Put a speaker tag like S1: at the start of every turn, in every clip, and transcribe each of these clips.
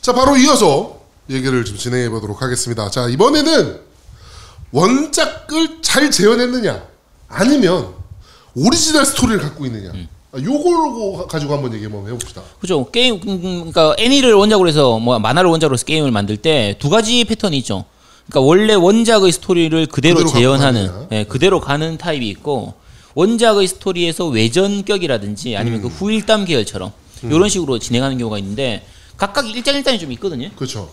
S1: 자, 바로 이어서 얘기를 좀 진행해 보도록 하겠습니다. 자, 이번에는 원작을 잘 재현했느냐, 아니면 오리지널 스토리를 갖고 있느냐, 아, 요걸 가지고 한번 얘기 한번 해봅시다.
S2: 그죠. 게임, 음, 그러니까 애니를 원작으로 해서, 뭐, 만화를 원작으로 해서 게임을 만들 때 두 가지 패턴이 있죠. 그러니까 원래 원작의 스토리를 그대로,
S1: 그대로
S2: 재현하는,
S1: 갖고 가느냐.
S2: 예, 그대로 가는 타입이 있고, 원작의 스토리에서 외전격이라든지 아니면 그
S1: 음.
S2: 후일담 계열처럼 이런 식으로 진행하는 경우가 있는데, 각각 일장일단이 좀 있거든요.
S1: 그렇죠.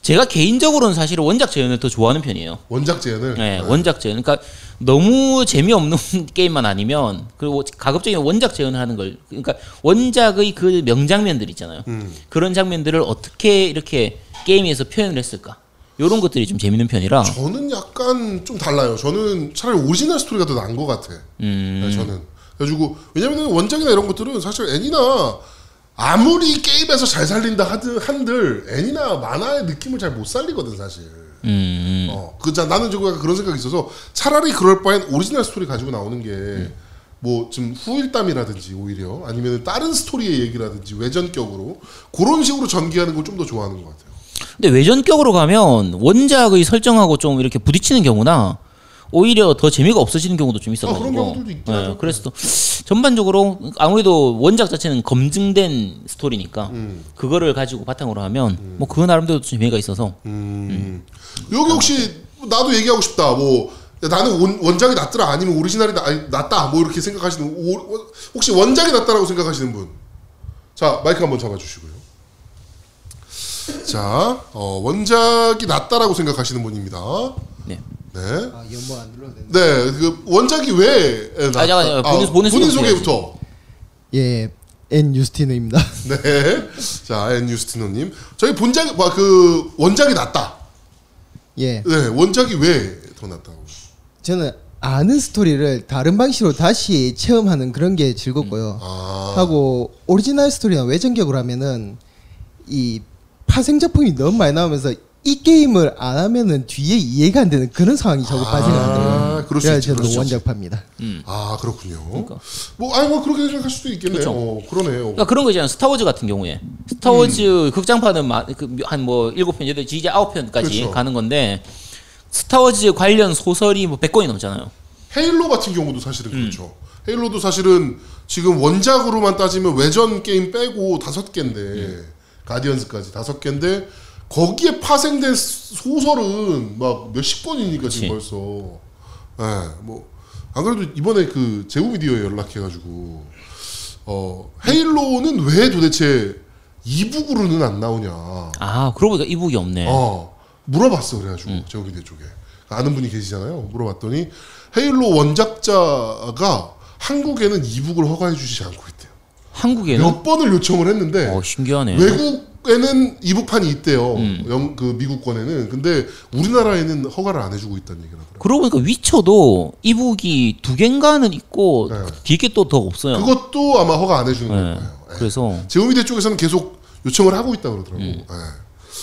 S2: 제가 개인적으로는 사실 원작 재현을 더 좋아하는 편이에요.
S1: 원작 재현을.
S2: 예,
S1: 네.
S2: 원작 재현. 그러니까 너무 재미없는 게임만 아니면 그리고 가급적이면 원작 재현을 하는 걸 그러니까 원작의 그 명장면들 있잖아요.
S1: 음.
S2: 그런 장면들을 어떻게 이렇게 게임에서 표현을 했을까? 요런 것들이 좀 재밌는 편이라
S1: 저는 약간 좀 달라요. 저는 차라리 오리지널 스토리가 더 나은 것 같아.
S2: 음.
S1: 네, 저는. 그래가지고 왜냐면 원작이나 이런 것들은 사실 애니나 아무리 게임에서 잘 살린다 하드- 한들 애니나 만화의 느낌을 잘 못 살리거든 사실. 어, 그자 나는 저거 약간 그런 생각이 있어서 차라리 그럴 바엔 오리지널 스토리 가지고 나오는 게. 뭐 지금 후일담이라든지 오히려 아니면 다른 스토리의 얘기라든지 외전격으로 그런 식으로 전개하는 걸 좀 더 좋아하는 것 같아요.
S2: 근데 외전격으로 가면 원작의 설정하고 좀 이렇게 부딪히는 경우나 오히려 더 재미가 없어지는 경우도 좀 있었거든요.
S1: 아, 그런 경우들도 있긴 하죠.
S2: 그래서 또 전반적으로 아무래도 원작 자체는 검증된 스토리니까
S1: 음.
S2: 그거를 가지고 바탕으로 하면 뭐 그 나름대로 좀 재미가 있어서
S1: 음.
S2: 음.
S1: 여기 혹시 나도 얘기하고 싶다. 뭐 야, 나는 원, 원작이 낫더라 아니면 오리지널이 나, 아니, 낫다 뭐 이렇게 생각하시는 오, 오- 혹시 원작이 낫다라고 생각하시는 분. 자 마이크 한번 잡아주시고요. 자 어, 원작이 낫다라고 생각하시는 분입니다.
S2: 네.
S1: 네.
S3: 아 연보 안 눌러도 되나?
S1: 네, 그 원작이 왜 낫다?
S2: 아,
S1: 아,
S2: 잠깐, 잠깐, 본인- 본인
S1: 본인
S2: 소개
S1: 소개부터.
S3: 예, 엔 유스티노입니다.
S1: 네, 자 앤 유스티노님, 저희 본작, 뭐, 그 원작이 낫다.
S3: 예,
S1: 네, 원작이 왜 더 낫다고?
S3: 저는 아는 스토리를 다른 방식으로 다시 체험하는 그런 게 즐겁고요.
S1: 아,
S3: 하고 오리지널 스토리나 외전격으로 하면은 이 파생 작품이 너무 많이 나오면서 이 게임을 안 하면은 뒤에 이해가 안 되는 그런 상황이 자꾸
S1: 아,
S3: 빠지거든요.
S1: 그럴 수
S3: 그래서
S1: 있지,
S3: 저는
S1: 그럴 수 있지.
S3: 원작파입니다.
S1: 아 그렇군요.
S2: 음. 그러니까.
S1: 뭐 아니 뭐 그렇게 생각할 수도 있겠네요.
S2: 그쵸.
S1: 어, 그러네요.
S2: 그러니까 그런 거 있잖아요. 스타워즈 같은 경우에 스타워즈
S1: 음.
S2: 극장판은 그 한뭐 일곱 편 여덟 편 이제 아홉 편까지
S1: 그렇죠.
S2: 가는 건데 스타워즈 관련 소설이 뭐 100권이 넘잖아요.
S1: 헤일로 같은 경우도 사실은
S2: 음.
S1: 그렇죠. 헤일로도 사실은 지금 원작으로만 따지면 외전 게임 빼고 다섯 개인데
S2: 예.
S1: 가디언즈까지 다섯 개인데 거기에 파생된 스- 소설은 막 몇십 권이니까
S2: 그치.
S1: 지금 벌써. 예, 뭐안 그래도 이번에 그 제우미디어에 연락해가지고 어 헤일로는 왜 도대체 이북으로는 안 나오냐.
S2: 아 그러고 보니까 이북이 없네. 음.
S1: 어 물어봤어 그래가지고 저기 내 쪽에 그러니까 아는 분이 계시잖아요 물어봤더니 헤일로 원작자가 한국에는 이북을 허가해 주지 않고 있대요
S2: 한국에는
S1: 몇 번을 요청을 했는데
S2: 어 신기하네. 음.
S1: 외국에는 이북판이 있대요 영, 그 미국권에는 근데 우리나라에는 허가를 안 해주고 있다는 얘기를 하더라고요
S2: 그러고 보니까 위쳐도 이북이 두 개인가는 있고
S1: 네.
S2: 뒤에 게 또 더 없어요.
S1: 그것도 아마 허가 안 해주는
S2: 네.
S1: 거예요 예.
S2: 그래서 음.
S1: 제우미대 쪽에서는 계속 요청을 하고 있다 그러더라고. 예.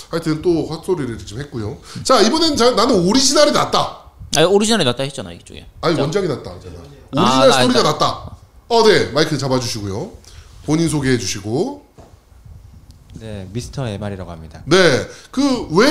S1: 하여튼 또 헛소리를 좀 했고요. 자 이번엔 자, 나는 오리지널이 낫다.
S2: 아 오리지널이 낫다 했잖아 이쪽에.
S1: 아니 원작이 낫다 하잖아.
S2: 아,
S1: 오리지널
S2: 나
S1: 스토리가 낫다. 어, 네 마이크 잡아주시고요. 본인 소개해 주시고,
S4: 네, 미스터 에말이라고 합니다.
S1: 네 그 왜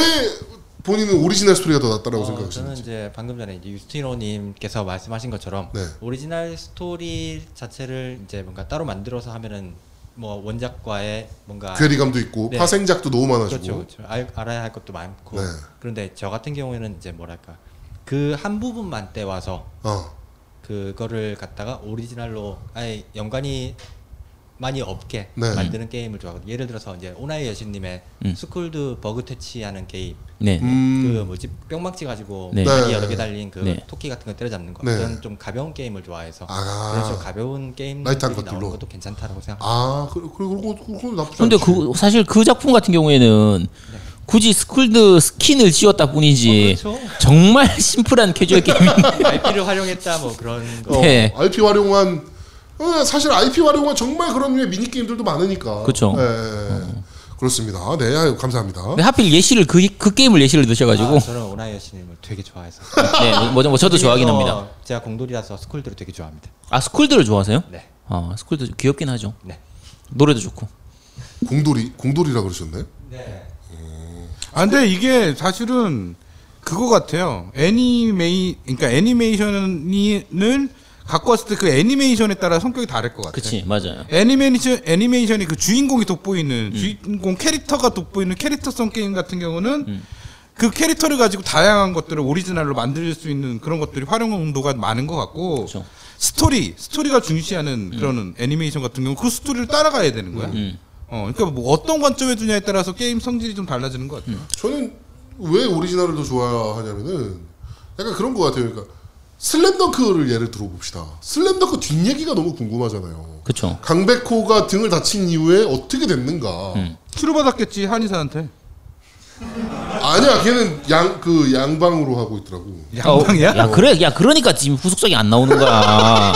S1: 본인은 오리지널 스토리가 더 낫다라고
S4: 어, 저는
S1: 생각하시는지.
S4: 이제 방금 전에 이제 유스티노님께서 말씀하신 것처럼
S1: 네.
S4: 오리지널 스토리 자체를 이제 뭔가 따로 만들어서 하면은 뭐 원작과의 뭔가
S1: 괴리감도 있고
S4: 네.
S1: 파생작도 너무 많아지고.
S4: 그렇죠, 그렇죠. 알, 알아야 할 것도 많고
S1: 네.
S4: 그런데 저 같은 경우에는 이제 뭐랄까 그 한 부분만 떼와서
S1: 어,
S4: 그거를 갖다가 오리지널로 아예 연관이 많이 없게
S1: 네.
S4: 만드는 게임을 좋아하거든요. 예를 들어서 이제 오나이 여신님의 스쿨드 버그 퇴치하는 게임
S2: 음. 네.
S1: 음,
S4: 그 뭐지 뿅망치 가지고
S2: 네.
S4: 다리
S1: 네.
S4: 여러 개 달린 그
S2: 네.
S4: 토끼 같은 거 때려잡는 거
S1: 네.
S4: 그런 좀 가벼운 게임을 좋아해서
S1: 아.
S4: 그런 식으로 가벼운 게임
S1: 라이트한
S4: 나오는
S1: 것들로.
S4: 것도 괜찮다라고 생각합니다.
S1: 아 그리고 그런 거 그런 거 나쁘지
S2: 근데
S1: 않지.
S2: 그 사실 그 작품 같은 경우에는 굳이 스쿨드 스킨을 지웠다 뿐이지
S4: 네. 그렇죠.
S2: 정말 심플한 캐주얼 게임.
S4: IP를 활용했다 뭐 그런 거.
S1: 어,
S2: 네.
S1: IP 활용한 어, 사실 IP 활용한 정말 그런 류의 미니 게임들도 많으니까.
S2: 그쵸. 어.
S1: 예, 예, 예. 그렇습니다. 네 아유, 감사합니다.
S2: 근데 하필 예시를 그, 그 게임을 예시를 드셔가지고
S4: 아, 저는 오나이 여신님을 되게 좋아해서.
S2: 네, 뭐, 뭐 저도 좋아하긴
S4: 어,
S2: 합니다.
S4: 제가 공돌이라서 스쿨드를 되게 좋아합니다.
S2: 아 스쿨드를 좋아하세요?
S4: 네,
S2: 아 스쿨드 귀엽긴 하죠.
S4: 네.
S2: 노래도 좋고.
S1: 공돌이 공돌이라 그러셨네.
S4: 네.
S5: 아, 근데 이게 사실은 그거 같아요. 애니메이, 그러니까 애니메이션을 갖고 왔을 때 그 애니메이션에 따라 성격이 다를 것 같아요.
S2: 그치 맞아요.
S5: 애니메이션 애니메이션이 그 주인공이 돋보이는
S2: 음.
S5: 주인공 캐릭터가 돋보이는 캐릭터성 게임 같은 경우는
S2: 음.
S5: 그 캐릭터를 가지고 다양한 것들을 오리지널로 만들 수 있는 그런 것들이 활용도가 많은 것 같고
S2: 그쵸.
S5: 스토리 스토리가 중시하는 그런 애니메이션 같은 경우 그 스토리를 따라가야 되는 거야.
S2: 음.
S5: 어, 그러니까 뭐 어떤 관점에 두냐에 따라서 게임 성질이 좀 달라지는 것 같아요.
S1: 음.
S2: 음.
S1: 저는 왜 오리지널을 더 좋아하냐면은 약간 그런 것 같아요. 그러니까 슬램덩크를 예를 들어봅시다. 슬램덩크 뒷얘기가 너무 궁금하잖아요.
S2: 그쵸.
S1: 강백호가 등을 다친 이후에 어떻게 됐는가.
S5: 치료받았겠지 한의사한테
S1: 아니야, 걔는 양, 그 양방으로 하고 있더라고.
S5: 양방이야.
S2: 야 그래 야 그러니까 지금 후속작이 안 나오는 거야.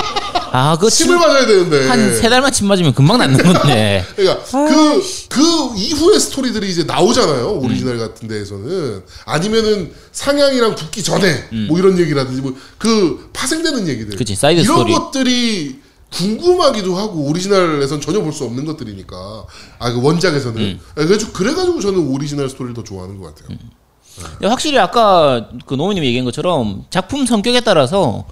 S2: 아 그거
S1: 침을 맞아야 되는데.
S2: 한세 달만 침 맞으면 금방 낫는 건데.
S1: 그러니까 그, 그 이후의 스토리들이 이제 나오잖아요.
S2: 음.
S1: 오리지널 같은 데에서는. 아니면은 상향이랑 붙기 전에 뭐 이런 얘기라든지 뭐 그 파생되는 얘기들.
S2: 음. 그치, 사이드
S1: 이런
S2: 스토리.
S1: 것들이 궁금하기도 하고 오리지널에선 전혀 볼 수 없는 것들이니까. 아, 그 원작에서는.
S2: 음.
S1: 그래가지고, 그래가지고 저는 오리지널 스토리를 더 좋아하는 것 같아요.
S2: 음. 근데 확실히 아까 그 노무님이 얘기한 것처럼 작품 성격에 따라서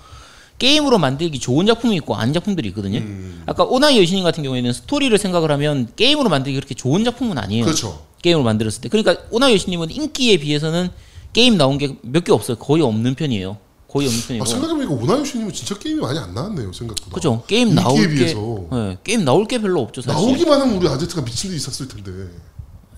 S2: 게임으로 만들기 좋은 작품이 있고 아닌 작품들이 있거든요.
S1: 음.
S2: 아까 오나이 여신님 같은 경우에는 스토리를 생각을 하면 게임으로 만들기 그렇게 좋은 작품은 아니에요.
S1: 그렇죠.
S2: 게임으로 만들었을 때. 그러니까 오나이 여신님은 인기에 비해서는 게임 나온 게 몇 개 없어요. 거의 없는 편이에요. 거의 없는
S1: 아,
S2: 편이고.
S1: 생각해보니까 오나유씨님은 진짜 게임이 많이 안 나왔네요. 생각보다.
S2: 그죠. 게임
S1: 인기에
S2: 나올 게
S1: 비해서.
S2: 예, 게임 나올 게 별로 없죠. 사실.
S1: 나오기만 하면 우리 아제트가 미친 듯이 샀을 텐데.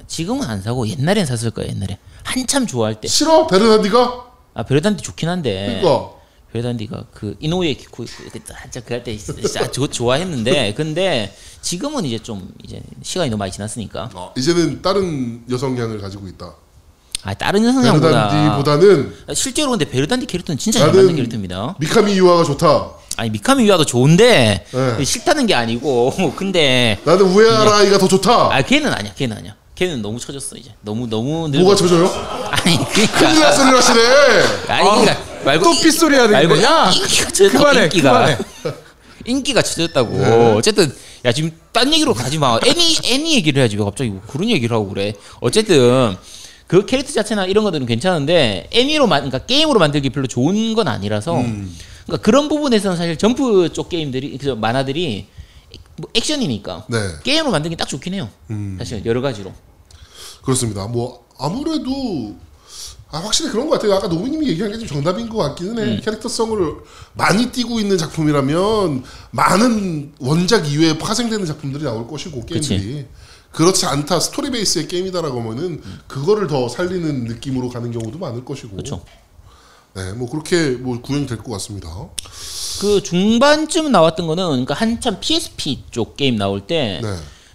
S2: 지금은 안 사고 옛날엔 샀을 거예요. 옛날에 한참 좋아할 때.
S1: 싫어? 베르나디가?
S2: 아 베르단디 좋긴 한데.
S1: 그러니까.
S2: 베르단디가 그 이노우에 기코 이렇게 딱 한참 그할 때 진짜 저- 좋아했는데 근데 지금은 이제 좀 이제 시간이 너무 많이 지났으니까
S1: 아, 이제는 다른 여성향을 가지고 있다.
S2: 아 다른 성향보다
S1: 베르단디보다는
S2: 실제로 근데 베르단디 캐릭터는 진짜 잘
S1: 나는-
S2: 맞는 캐릭터입니다.
S1: 미카미 유아가 좋다.
S2: 아니 미카미 위아도 좋은데
S1: 네.
S2: 싫다는 게 아니고 근데
S1: 나는 우에아라이가 더 좋다.
S2: 아 걔는 아니야 걔는 아니야 걔는 너무 처졌어 이제 너무 너무 늙어
S1: 뭐가 젖어요?
S2: 아니
S1: 큰일
S2: 그러니까
S1: 날 소리를 하시네.
S2: 아니 그러니까 말고
S5: 또
S2: 이-
S5: 빗소리 해야
S2: 말고
S5: 되겠네. 야,
S2: 인기가 쳐졌다고
S5: 그만해,
S2: 인기가
S5: 그만해.
S2: 인기가 쳐졌다고 어쨌든 야 지금 딴 얘기로 가지 마 애니 애니 얘기를 해야지 왜 갑자기 뭐 그런 얘기를 하고 그래 어쨌든 그 캐릭터 자체나 이런 것들은 괜찮은데 애니로 만 그러니까 게임으로 만들기 별로 좋은 건 아니라서 그러니까 그런 부분에서는 사실 점프 쪽 게임들이 그 만화들이 뭐 액션이니까
S1: 네. 음.
S2: 게임으로 만들기 딱 좋긴 해요 사실 여러 가지로
S1: 그렇습니다. 뭐 아무래도 아, 확실히 그런 것 같아요. 아까 노부님이 얘기한 게 좀 정답인 것 같기는 해.
S2: 음.
S1: 캐릭터성을 많이 띄고 있는 작품이라면 많은 원작 이외에 파생되는 작품들이 나올 것이고 게임들이 그렇지 않다 스토리 베이스의 게임이다라고 하면은 그거를 더 살리는 느낌으로 가는 경우도 많을 것이고.
S2: 음. 그렇죠
S1: 네, 뭐 그렇게 뭐 구현이 될 것 같습니다.
S2: 그 중반쯤 나왔던 거는 그러니까 한참 PSP 쪽 게임 나올 때
S1: 네.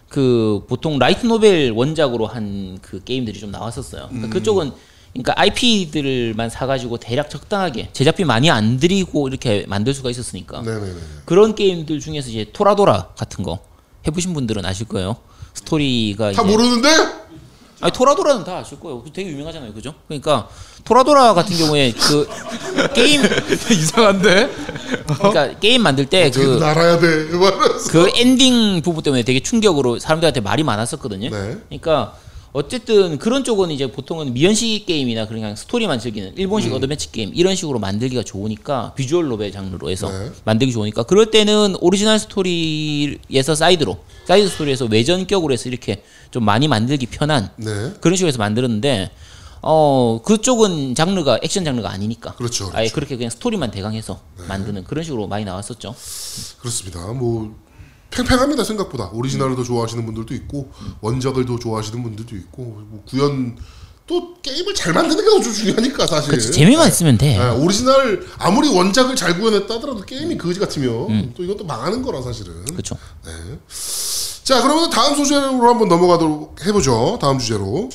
S2: 그 보통 라이트 노벨 원작으로 한 그 게임들이 좀 나왔었어요.
S1: 음.
S2: 그쪽은 그러니까 IP들만 사가지고 대략 적당하게 제작비 많이 안 들이고 이렇게 만들 수가 있었으니까
S1: 네네네.
S2: 그런 게임들 중에서 이제 토라도라 같은 거 해보신 분들은 아실 거예요. 스토리가
S1: 다
S2: 이제-
S1: 모르는데
S2: 아니 토라도라는 다 아실 거예요. 되게 유명하잖아요, 그죠? 그러니까 토라도라 같은 경우에 그 게임
S5: 이상한데.
S2: 그러니까 게임 만들 때그
S1: 지금 알아야 돼. 이러면서.
S2: 그 엔딩 부분 때문에 되게 충격으로 사람들한테 말이 많았었거든요.
S1: 네.
S2: 그러니까 어쨌든 그런 쪽은 이제 보통은 미연식 게임이나 그냥 스토리만 즐기는 일본식
S1: 음.
S2: 어드벤처 게임 이런 식으로 만들기가 좋으니까 비주얼 노벨 장르로 해서
S1: 네.
S2: 만들기 좋으니까 그럴 때는 오리지널 스토리에서 사이드로 사이드 스토리에서 외전격으로 해서 이렇게 좀 많이 만들기 편한
S1: 네.
S2: 그런 식으로 해서 만들었는데 어 그쪽은 장르가 액션 장르가 아니니까
S1: 그렇죠, 네.
S2: 아예 그렇게 그냥 스토리만 대강해서 만드는 그런 식으로 많이 나왔었죠.
S1: 그렇습니다. 뭐 팽팽합니다 생각보다 오리지널을 더 좋아하시는 분들도 있고 원작을 더 좋아하시는 분들도 있고 뭐 구현 또 게임을 잘 만드는 게 더 중요하니까 사실.
S2: 그렇지 재미만 있으면 돼.
S1: 네, 오리지널 아무리 원작을 잘 구현했다 하더라도 게임이 그지 같으면 또 이것도 망하는 거라 사실은.
S2: 음.
S1: 네.
S2: 그렇죠.
S1: 자 그러면 다음 소재로 한번 넘어가도록 해보죠. 다음 주제로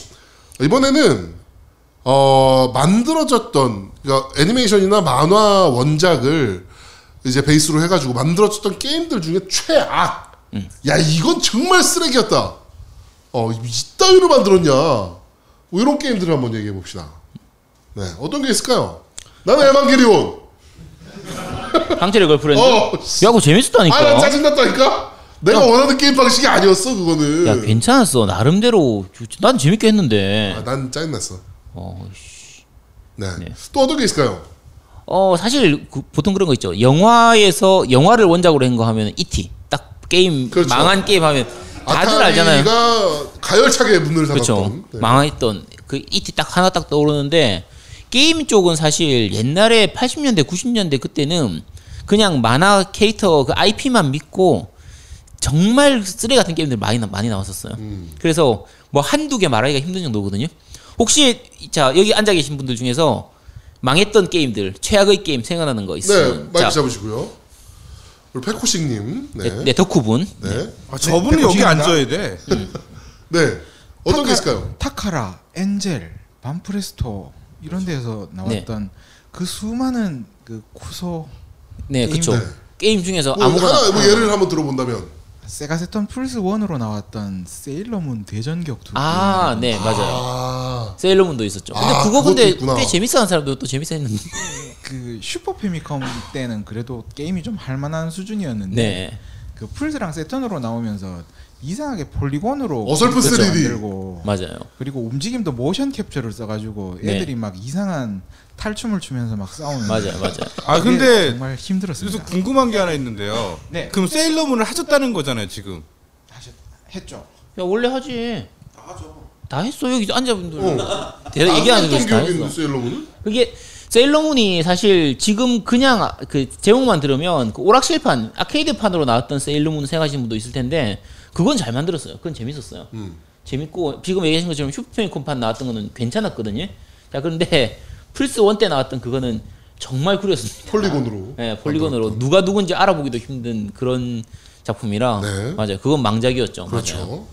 S1: 이번에는 어, 만들어졌던 그러니까 애니메이션이나 만화 원작을 이제 베이스로 해가지고 만들어졌던 게임들 중에 최악.
S2: 음.
S1: 야 이건 정말 쓰레기였다. 어 이따위로 만들었냐. 뭐 이런 게임들을 한번 얘기해 봅시다. 네 어떤 게 있을까요? 나는 에반게리온.
S2: 강철의 걸프렌드.
S1: 어,
S2: 야, 그거 재밌었다니까.
S1: 아, 아나 짜증났다니까. 내가 원하는 게임 방식이 아니었어 그거는.
S2: 야 괜찮았어 나름대로 난 재밌게 했는데
S1: 아, 난 짜증났어.
S2: 어,
S1: 네.
S2: 네.
S1: 또 어떤 게 있을까요?
S2: 어 사실 그, 보통 그런 거 있죠. 영화에서 영화를 원작으로 한 거 하면 이티 딱 게임
S1: 그렇죠.
S2: 망한 게임 하면 다들 알잖아요.
S1: 아타리가 가열차게 문을
S2: 그렇죠.
S1: 닫았던. 네.
S2: 망했던 그 이티 딱 하나 딱 떠오르는데 게임 쪽은 사실 옛날에 80년대 90년대 그때는 그냥 만화 캐릭터 그 IP만 믿고 정말 쓰레기 같은 게임들 많이 나- 많이 나왔었어요.
S1: 음.
S2: 그래서 뭐 한두 개 말하기가 힘든 정도거든요. 혹시 자 여기 앉아 계신 분들 중에서 망했던 게임들 최악의 게임 생각나는 거
S1: 네,
S2: 있으면
S1: 마이크
S2: 자,
S1: 잡으시고요. 우리 페코식님, 네,
S2: 네,
S1: 네,
S2: 네, 덕후분 네. 음.
S1: 네.
S5: 아, 저분은 여기 앉아야 돼.
S1: 어떤 게 있을까요?
S6: 타카라, 엔젤,
S2: 그렇죠.
S6: 반프레스토 이런 데에서 나왔던 그 수많은 그 쿠소
S2: 네
S6: 게임.
S2: 그쵸
S1: 네.
S2: 게임 중에서
S1: 뭐
S2: 아무거나 음.
S1: 하나 뭐 예를 한번 들어본다면
S6: 세가 세턴 플스 1으로 나왔던 세일러문 대전격투
S2: 아 네 맞아요
S1: 아,
S2: 세일러문도 있었죠. 근데
S1: 아,
S2: 그거
S1: 그것도
S2: 근데
S1: 있구나.
S2: 꽤 재밌어하는 사람도 또 재밌어했는데.
S6: 그 슈퍼 패미컴 때는 그래도 게임이 좀 할만한 수준이었는데
S2: 네.
S6: 그 플스랑 세턴으로 나오면서 이상하게 폴리곤으로
S1: 어설픈
S6: 그렇죠.
S1: 3D.
S6: 만들고
S2: 맞아요.
S6: 그리고 움직임도 모션 캡처를 써가지고
S2: 네.
S6: 애들이 막 이상한 탈춤을 추면서 막 싸우는
S2: 맞아요. 맞아요.
S5: 아
S6: 그게
S5: 근데
S6: 정말
S5: 그래서
S6: 힘들었습니다.
S5: 궁금한 게 하나 있는데요.
S6: 네.
S5: 그럼 세일러문을 하셨다는 거잖아요 지금.
S6: 하셨- 했죠.
S2: 야, 원래 하지. 예, 다 했어. 여기 앉아분들.
S1: 어.
S2: 대략 얘기하는
S1: 게
S2: 데서 다 했어.
S1: 있는데 세일러문?
S2: 그게 세일러문이 사실 지금 그냥 아- 그 제목만 들으면 그 오락실판 아케이드판으로 나왔던 세일러문 생각하시는 분도 있을 텐데 그건 잘 만들었어요. 그건 재밌었어요.
S1: 음.
S2: 재밌고 지금 얘기하신 것처럼 슈퍼패미컴판 나왔던 거는 괜찮았거든요. 자 그런데 플스 1 때 나왔던 그거는 정말 구렸습니다.
S1: 폴리곤으로.
S2: 예, 폴리곤으로 누가 누군지 알아보기도 힘든 그런 작품이라
S1: 네.
S2: 맞아요. 그건 망작이었죠. 맞아요.
S1: 그렇죠.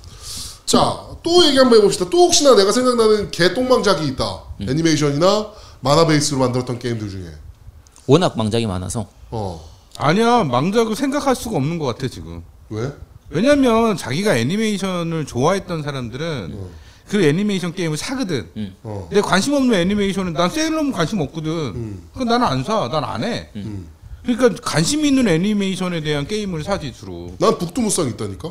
S1: 자, 또 얘기 한번 해봅시다. 또 혹시나 내가 생각나는 개똥망작이 있다.
S2: 음.
S1: 애니메이션이나 만화 베이스로 만들었던 게임들 중에.
S2: 워낙 망작이 많아서
S1: 어,
S5: 아니야 망작을 생각할 수가 없는 것 같아 지금.
S1: 왜?
S5: 왜냐면 자기가 애니메이션을 좋아했던 사람들은 그 애니메이션 게임을 사거든.
S2: 음.
S1: 어.
S5: 내 관심 없는 애니메이션은 난 세일러문 관심 없거든.
S1: 음.
S5: 그 나는 안 사, 난 안 해.
S2: 음.
S5: 그러니까 관심 있는 애니메이션에 대한 게임을 사지 주로.
S1: 난 북두무쌍 있다니까.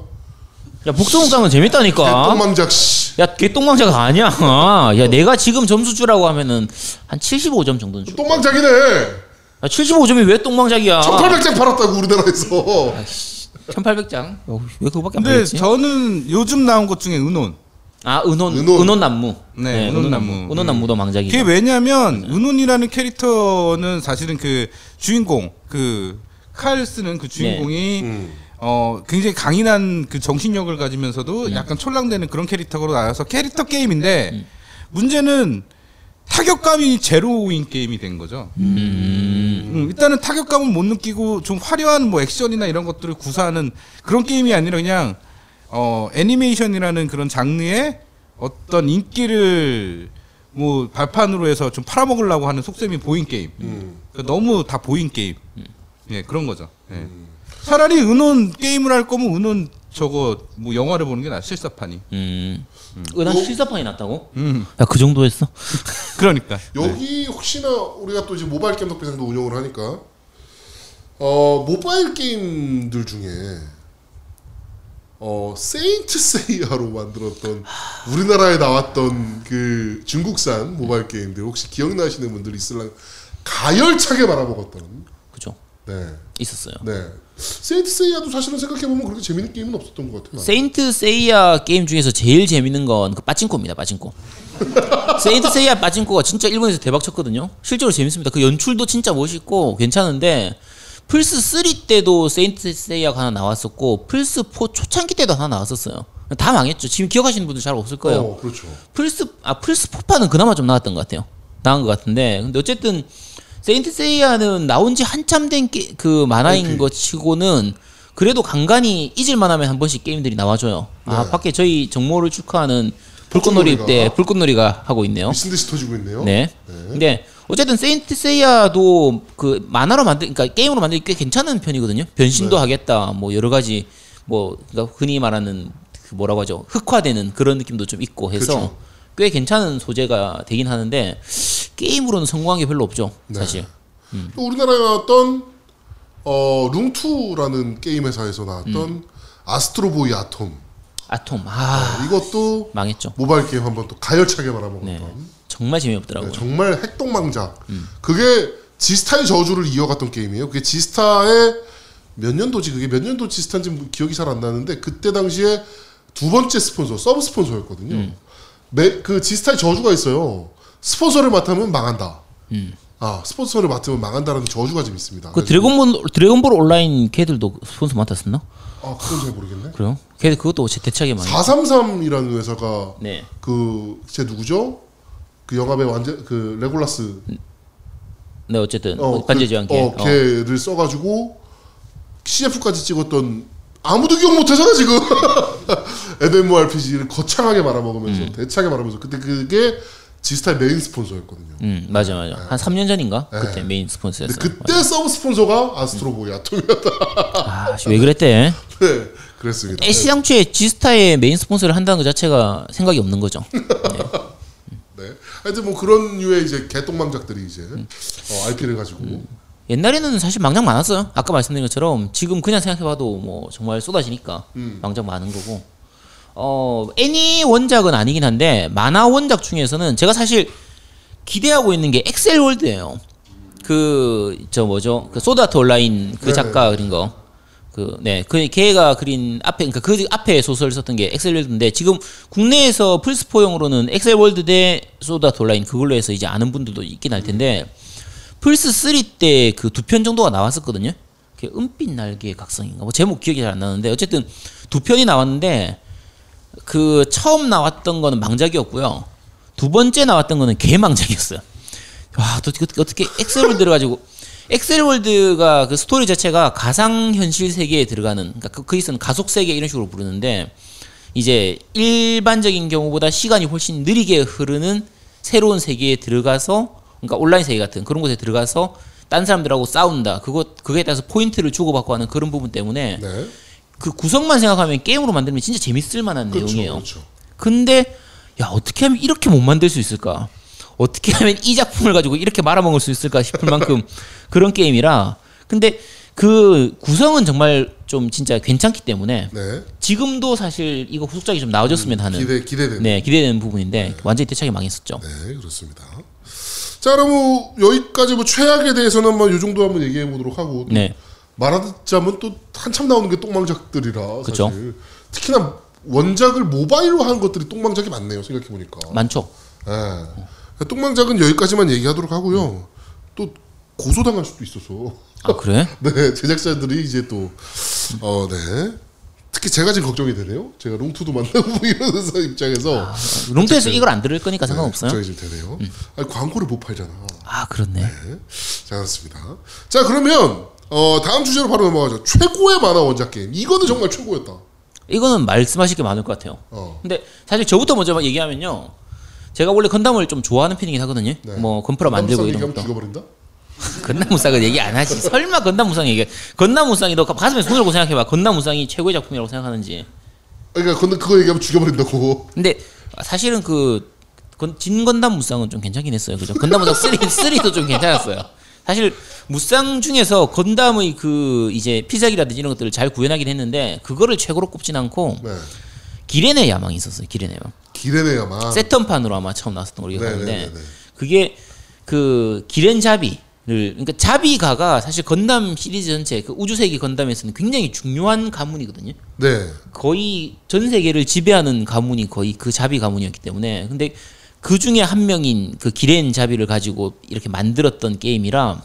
S2: 야 북두목상은 재밌다니까.
S1: 개똥망작 씨.
S2: 야 개똥망작 아니야. 야 내가 지금 점수 주라고 하면은 한 75점 정도는 줘.
S1: 똥망작이네.
S2: 야, 75점이 왜 똥망작이야?
S1: 1800장 팔았다고 우리나라에서.
S2: 아,
S1: 어,
S2: 1800장. 왜 그거밖에 안
S5: 근데
S2: 팔렸지?
S5: 저는 요즘 나온 것 중에 은혼.
S2: 아 은혼
S1: 은혼.
S2: 은혼 남무.
S5: 네, 은혼나무. 음.
S2: 은혼남무도 네. 망작이.
S5: 그게 왜냐면 은혼이라는 캐릭터는 사실은 그 주인공 그 칼스는
S6: 네.
S5: 그
S2: 네.
S5: 주인공이 어 굉장히 강인한 그 정신력을 가지면서도 약간 촐랑대는 그런 캐릭터로 나와서 캐릭터 게임인데 문제는 타격감이 제로인 게임이 된 거죠. 음, 일단은 타격감은 못 느끼고 좀 화려한 뭐 액션이나 이런 것들을 구사하는 그런 게임이 아니라 그냥 어 애니메이션이라는 그런 장르의 어떤 인기를 뭐 발판으로 해서 좀 팔아먹으려고 하는 속셈이 보인 게임. 그러니까 너무 다 보인 게임. 예 그런 거죠. 예. 차라리 은혼 게임을 할 거면 은혼 저거 뭐 영화를 보는 게 나 실사판이.
S2: 음. 은혼
S1: 뭐?
S2: 실사판이 났다고?
S5: 음
S2: 야 그 정도 했어? 네,
S5: 그러니까.
S1: 여기 혹시나 우리가 또 이제 모바일 게임 덕비상도 운영을 하니까 어 모바일 게임들 중에 어 세인트 세이아로 만들었던 우리나라에 나왔던 그 중국산 모바일 게임들 혹시 기억나시는 분들 있을랑 가열차게 말아먹었던
S2: 그죠.
S1: 네.
S2: 있었어요.
S1: 네. 세인트 세이아도 사실은 생각해 보면 그렇게 재밌는 게임은 없었던 것 같아요.
S2: 세인트 세이야 게임 중에서 제일 재밌는 건 그 빠진코입니다. 빠진코. 세인트 세이야 빠진코가 진짜 일본에서 대박 쳤거든요. 실제로 재밌습니다. 그 연출도 진짜 멋있고 괜찮은데 플스 3 때도 세인트 세이야가 하나 나왔었고 플스 4 초창기 때도 하나 나왔었어요. 다 망했죠. 지금 기억하시는 분들 잘 없을 거예요.
S1: 어, 그렇죠.
S2: 플스 아 플스 포파는 그나마 좀 나왔던 것 같아요. 나은 것 같은데 근데 어쨌든 세인트 세이야는 나온 지 한참 된 그 만화인
S1: 오케이.
S2: 것 치고는 그래도 간간히 잊을만하면 한 번씩 게임들이 나와줘요. 아 밖에 저희 정모를 축하하는 불꽃놀이
S1: 불꽃놀이가.
S2: 때 불꽃놀이가 하고 있네요.
S1: 미친 듯이 터지고 있네요.
S2: 네. 근데 어쨌든 세인트 세이야도 그 만화로 만들, 그러니까 게임으로 만들기 꽤 괜찮은 편이거든요.
S1: 네.
S2: 변신도 하겠다, 뭐 여러 가지 뭐 그러니까 흔히 말하는 그 뭐라고 하죠, 흑화되는 그런 느낌도 좀 있고 해서
S1: 그쵸.
S2: 꽤 괜찮은 소재가 되긴 하는데 게임으로는 성공한 게 별로 없죠,
S1: 네.
S2: 사실. 음.
S1: 또 우리나라에 나왔던 어 룽투라는 게임 회사에서 나왔던 아스트로보이 아톰 어,
S2: 아톰 아
S1: 이것도
S2: 망했죠.
S1: 모바일 게임 한번 또 가열차게 말아먹었던
S2: 네. 정말
S1: 네,
S2: 재미없더라고요. 음.
S1: 정말 핵동망작 그게 지스타의 저주를 이어갔던 게임이에요 그게 지스타의 몇 년도지 그게 몇 년도 지스타인지 뭐 기억이 잘 안 나는데 그때 당시에 두 번째 스폰서 서브 스폰서였거든요
S2: 음.
S1: 매, 그 지스타의 저주가 있어요 스폰서를 맡으면 망한다 아 스폰서를 맡으면 망한다라는 저주가 좀 있습니다
S2: 음. 그
S1: 그래서-
S2: 드래곤볼 드래곤볼 온라인 걔들도 스폰서 맡았었나?
S1: 아 그건 잘 모르겠네
S2: 그래요? 걔들 그것도 제 대차게 많이.
S1: 433이라는 회사가
S2: 네.
S1: 그제 누구죠? 그 영화배 완전 그 레골라스
S2: 네 어쨌든
S1: 어,
S2: 반제 제왕
S1: 그,
S2: 걔.
S1: 어, 걔를 써가지고 CF까지 찍었던 아무도 기억 못하잖아 지금 MMORPG를 거창하게
S2: 음.
S1: 말아먹으면서 대차게 말하면서 그때 그게 지스타의 메인 스폰서였거든요.
S2: 음 맞아 맞아 한 3년 전인가
S1: 네.
S2: 그때 메인
S1: 근데
S2: 스폰서였어요.
S1: 그때 서브 스폰서가 아스트로보이 아톰이었다.
S2: 아왜 그랬대?
S1: 네, 그랬습니다.
S2: 애시당초에 지스타의 메인 스폰서를 한다는 것 자체가 생각이 없는 거죠.
S1: 네. 하여튼 뭐 그런 류의 이제 개똥망작들이 이제
S2: 음.
S1: 어, IP를 가지고
S2: 옛날에는 사실 망작 많았어요. 아까 말씀드린 것처럼 지금 그냥 생각해봐도 뭐 정말 쏟아지니까
S1: 음.
S2: 망작 많은 거고. 어 애니 원작은 아니긴 한데 만화 원작 중에서는 제가 사실 기대하고 있는 게 엑셀 월드예요. 그 저 뭐죠? 그 소다트 온라인 그
S1: 네.
S2: 작가 그린 거. 그 네, 그 걔가 그린 앞에 그러니까 그 앞에 소설을 썼던 게 엑셀 월드인데 지금 국내에서 플스포용으로는 엑셀 월드 대 소다트 온라인 그걸로 해서 이제 아는 분들도 있긴 할 텐데 플스 3 때 그 두 편 정도가 나왔었거든요. 그 은빛 날개의 각성인가 뭐 제목 기억이 잘 안 나는데 어쨌든 두 편이 나왔는데 그 처음 나왔던 거는 망작이었고요. 두 번째 나왔던 거는 개망작이었어요. 와, 도대체 어떻게- 어떻게 엑셀월드를 가지고 엑셀월드가 그 스토리 자체가 가상 현실 세계에 들어가는 그러니까 그 거기서는 가속 세계 이런 식으로 부르는데 이제 일반적인 경우보다 시간이 훨씬 느리게 흐르는 새로운 세계에 들어가서 그러니까 온라인 세계 같은 그런 곳에 들어가서 딴 사람들하고 싸운다. 그것 그거에 따라서 포인트를 주고받고 하는 그런 부분 때문에
S1: 네.
S2: 그 구성만 생각하면 게임으로 만들면 진짜 재밌을 만한
S1: 그렇죠,
S2: 내용이에요.
S1: 그렇죠.
S2: 근데 야 어떻게 하면 이렇게 못 만들 수 있을까? 어떻게 하면 이 작품을 가지고 이렇게 말아먹을 수 있을까 싶을 만큼 그런 게임이라 근데 그 구성은 정말 좀 진짜 괜찮기 때문에
S1: 네. 음,
S2: 지금도 사실 이거 후속작이 좀 나와줬으면 하는
S1: 기대 기대되는.
S2: 네 기대되는 부분인데 완전히 대차게 망했었죠.
S1: 네, 그렇습니다. 자, 그럼 뭐 여기까지 뭐 최악에 대해서는 뭐요 정도 한번 얘기해 보도록 하고 또
S2: 네.
S1: 말하자면 또 한참 나오는 게 똥망작들이라 사실
S2: 그쵸.
S1: 특히나 원작을 모바일로 한 것들이 똥망작이 많네요. 생각해 보니까.
S2: 많죠.
S1: 예. 똥망작은 여기까지만 얘기하도록 하고요. 또 고소당할 수도 있어서.
S2: 아 그래?
S1: 네, 제작자들이 이제 또 어, 네. 특히 제가 지금 걱정이 되네요. 제가 롱투도 만나고 이러면서 입장에서
S2: 아,
S1: 네,
S2: 롱터에서 이걸 안 들을 거니까 상관없어요. 음.
S1: 걱정이 좀 되네요. 아니, 광고를 못 팔잖아.
S2: 아 그렇네.
S1: 자, 그렇습니다. 자, 그러면 어, 다음 주제로 바로 넘어가죠. 최고의 만화 원작 게임. 이거는 정말 최고였다.
S2: 이거는 말씀하실 게 많을 것 같아요.
S1: 어.
S2: 근데 사실 저부터 먼저 막 얘기하면요. 제가 원래 건담을 좀 좋아하는 편이긴 하거든요.
S1: 네.
S2: 뭐 건프라 만들고 이런
S1: 하면
S2: 것도.
S1: 죽여버린다.
S2: 건담 무쌍은 얘기 안 하지. 설마 건담 무쌍 얘기. 건담 무쌍이 너 가슴에 손을 고 생각해봐. 건담 무쌍이 최고의 작품이라고 생각하는지.
S1: 그러니까 근데 그거 얘기하면 죽여버린다고.
S2: 근데 사실은 그 건, 진 건담 무쌍은 좀 괜찮긴 했어요. 그죠? 건담 무쌍 3, 3도 좀 괜찮았어요. 사실 무쌍 중에서 건담의 그 이제 피작이라든지 이런 것들을 잘 구현하긴 했는데 그거를 최고로 꼽진 않고
S1: 네.
S2: 기레네 야망이 있었어요. 기레네 야망.
S1: 기대네야만.
S2: 세턴판으로 아마 처음 나왔었던 걸로 기억하는데
S1: 네네네네.
S2: 그게 그 기렌 자비를 그러니까 자비가가 사실 건담 시리즈 전체 그 우주세계 건담에서는 굉장히 중요한 가문이거든요.
S1: 네.
S2: 거의 전 세계를 지배하는 가문이 거의 그 자비 가문이었기 때문에 근데 그 중에 한 명인 그 기렌 자비를 가지고 이렇게 만들었던 게임이라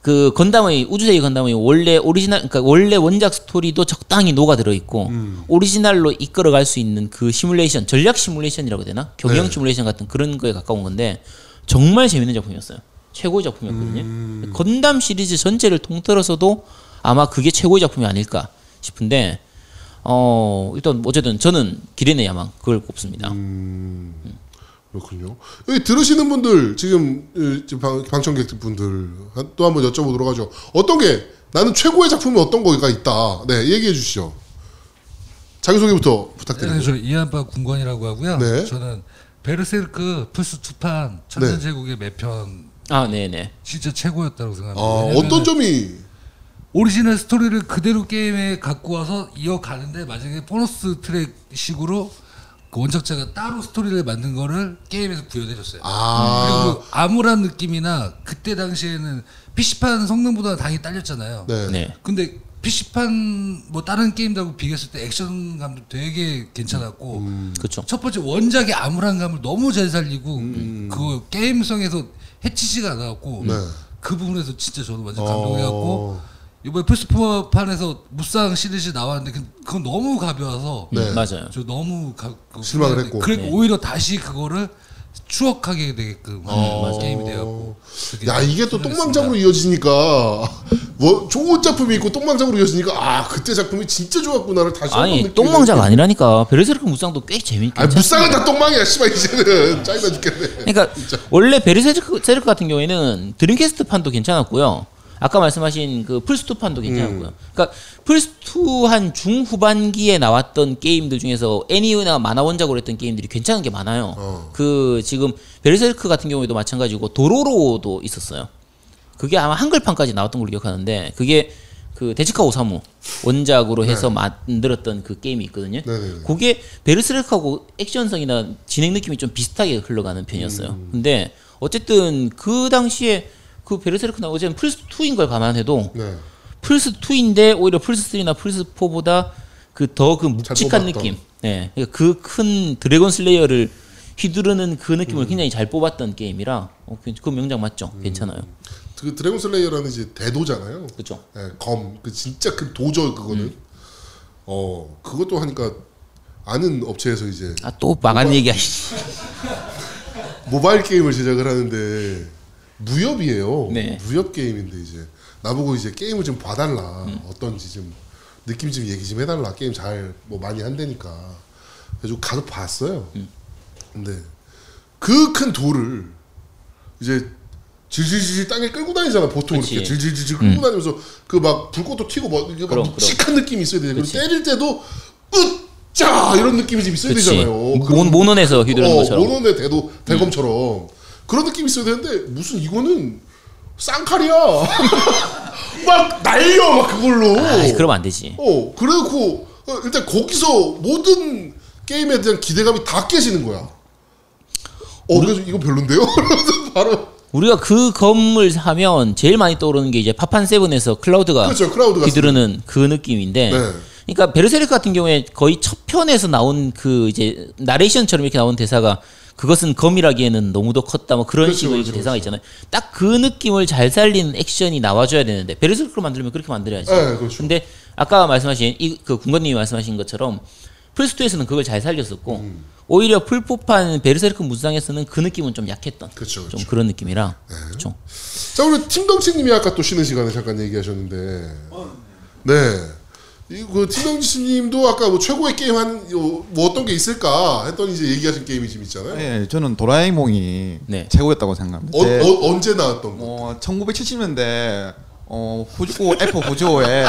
S2: 그 건담의 우주세계 건담의 원래 오리지널 그러니까 원래 원작 스토리도 적당히 녹아 들어 있고 오리지널로 이끌어 갈 수 있는 그 시뮬레이션 전략 시뮬레이션이라고 해야 되나 경영
S1: 네.
S2: 시뮬레이션 같은 그런 거에 가까운 건데 정말 재밌는 작품이었어요 최고의 작품이었거든요 건담 시리즈 전체를 통틀어서도 아마 그게 최고의 작품이 아닐까 싶은데 어 일단 어쨌든 저는 기린의 야망 그걸 꼽습니다
S1: 음,
S2: 음.
S1: 그렇군요. 여기 들으시는 분들 지금 이, 지금 방, 방청객 분들 한- 또 한번 여쭤보도록 하죠. 어떤 게 나는 최고의 작품이 어떤 거가 있다. 네, 얘기해 주시죠. 자기 소개부터
S7: 네,
S1: 부탁드립니다.
S7: 저 이한바 군관이라고 하고요.
S1: 네.
S7: 저는 베르세르크 플스 2판 천년제국의 매편
S2: 아 네네
S7: 진짜 최고였다고 생각합니다.
S1: 아,
S7: 왜냐면은
S1: 어떤 점이
S7: 오리지널 스토리를 그대로 게임에 갖고 와서 이어가는데 만약에 보너스 트랙식으로 그 원작자가 따로 스토리를 만든 거를 게임에서 부여해줬어요.
S1: 아.
S7: 그리고 암울한 느낌이나 그때 당시에는 PC판 성능보다 당연히 딸렸잖아요.
S1: 네.
S2: 네.
S7: 근데 PC판 뭐 다른 게임들하고 비교했을 때 액션감도 되게 괜찮았고
S1: 음,
S2: 그렇죠.
S7: 첫 번째 원작의 암울한 감을 너무 잘 살리고 그거 게임성에서 해치지가 않았고
S1: 음. 네.
S7: 그 부분에서 진짜 저는 완전
S1: 어.
S7: 감동해갖고 이번에 플스4판에서 무쌍 시리즈 나왔는데 그- 그건 너무 가벼워서
S1: 네.
S2: 음, 맞아요.
S7: 저 너무 가, 그
S1: 실망을
S7: 후회가
S1: 했고.
S7: 돼. 그리고
S2: 네.
S7: 오히려 다시 그거를 추억하게 되게끔
S2: 아,
S7: 하는
S2: 어.
S7: 게임이
S1: 어.
S7: 돼갖고 그게
S1: 야 이게
S7: 훌륭했습니다.
S1: 또 똥망작으로 이어지니까 뭐 좋은 작품이 있고 똥망작으로 이어지니까 아 그때 작품이 진짜 좋았구나를 다시 한번
S2: 아니
S1: 느끼게
S2: 똥망자가
S1: 되는- 뭐
S2: 아니라니까 베르세르크 무쌍도 꽤 재밌게
S1: 아 무쌍은 다 똥망이야 씨발 이제는 짜증나 죽겠네
S2: 그러니까 원래 베르세르크 세르크 같은 경우에는 드림캐스트 판도 괜찮았고요. 아까 말씀하신 그 플스2 판도
S1: 음.
S2: 괜찮았고요. 그러니까 플스2 한 중후반기에 나왔던 게임들 중에서 애니나 만화 원작으로 했던 게임들이 괜찮은 게 많아요.
S1: 어.
S2: 그 지금 베르세르크 같은 경우에도 마찬가지고 도로로도 있었어요. 그게 아마 한글판까지 나왔던 걸로 기억하는데 그게 그 데지카 오사무 원작으로 해서 만들었던 그 게임이 있거든요.
S1: 네. 네네네.
S2: 그게 베르스르크하고 액션성이나 진행 느낌이 좀 비슷하게 흘러가는 편이었어요. 근데 어쨌든 그 당시에 그 베르세르크 나오고 지금 플스 2인 걸 감안해도
S1: 네.
S2: 플스 2인데 오히려 플스 3나 플스 4보다 그 더 그 묵직한
S1: 뽑았던.
S2: 느낌, 예, 그 큰 드래곤 슬레이어를 휘두르는 그 느낌을
S1: 음.
S2: 굉장히 잘 뽑았던 게임이라 어, 괜- 그 명작 맞죠? 괜찮아요.
S1: 그 드래곤 슬레이어라는 이제 대도잖아요
S2: 그렇죠.
S1: 예, 검, 그 진짜 그 도저 그거는
S2: 음.
S1: 어 그것도 하니까 아는 업체에서 이제
S2: 아 또 망한 얘기야. 씨.
S1: 모바일 게임을 제작을 하는데 무협이에요.
S2: 네.
S1: 무협 게임인데 이제 나보고 이제 게임을 좀 봐달라
S2: 음.
S1: 어떤지 좀 느낌 좀 얘기 좀 해달라 게임 잘 뭐 많이 한다니까 그래서 가서 봤어요.
S2: 음.
S1: 근데 그 큰 돌을 이제 질질질질 땅에 끌고 다니잖아 보통
S2: 그치. 음.
S1: 이렇게 질질질질 끌고 다니면서 그 막 불꽃도 튀고 막 이게 막
S2: 그럼,
S1: 묵직한 느낌이 있어야 되잖아 그리고
S2: 그치.
S1: 때릴 때도 으짜 이런 느낌이 좀 있어야
S2: 그치.
S1: 되잖아요
S2: 몬- 모논에서 휘두르는 것처럼.
S1: 어,
S2: 음. 아,
S1: 모논의 대도 대검처럼 그런 느낌이 있어야 되는데 무슨 이거는 쌍칼이야 막 날려 막 그걸로
S2: 아, 그러면 안 되지.
S1: 어 그래놓고 어, 일단 거기서 모든 게임에 대한 기대감이 다 깨지는 거야 어 그래서 이거 별론데요 그러면서 바로
S2: 우리가 그 검을 하면 제일 많이 떠오르는 게 이제 파판 세븐에서 클라우드가
S1: 그렇죠 크라우드가
S2: 뒤두르는 그 느낌인데.
S1: 네.
S2: 그러니까 베르세르크 같은 경우에 거의 첫 편에서 나온 그 이제 나레이션처럼 이렇게 나온 대사가 그것은 검이라기에는 너무도 컸다 뭐 그런
S1: 그렇죠,
S2: 식으로
S1: 그렇죠,
S2: 그 대사가 있잖아요. 딱 그 느낌을 잘 살리는 액션이 나와줘야 되는데 베르세르크로 만들면 그렇게 만들어야지.
S1: 네, 그렇죠.
S2: 근데 아까 말씀하신 이 그 군관님이 말씀하신 것처럼 플스2에서는 그걸 잘 살렸었고
S1: 음.
S2: 오히려 풀포판 베르세르크 무쌍에서는 그 느낌은 좀 약했던
S1: 그렇죠,
S2: 좀
S1: 그렇죠.
S2: 그런 느낌이라 그렇죠.
S1: 자 우리 팀덩치님이 아까 또 쉬는 시간에 잠깐 얘기하셨는데 네. 이그 팀덩치님도 아까 뭐 최고의 게임 한뭐 어떤 게 있을까 했더니 이제 얘기하신 게임이 지금 있잖아요.
S6: 예, 저는 도라에몽이
S2: 네.
S6: 최고였다고 생각합니다.
S1: 어,
S6: 제-
S1: 어, 언제 나왔던 거?
S6: 어, 1970년대 어, 호주고 F 호주에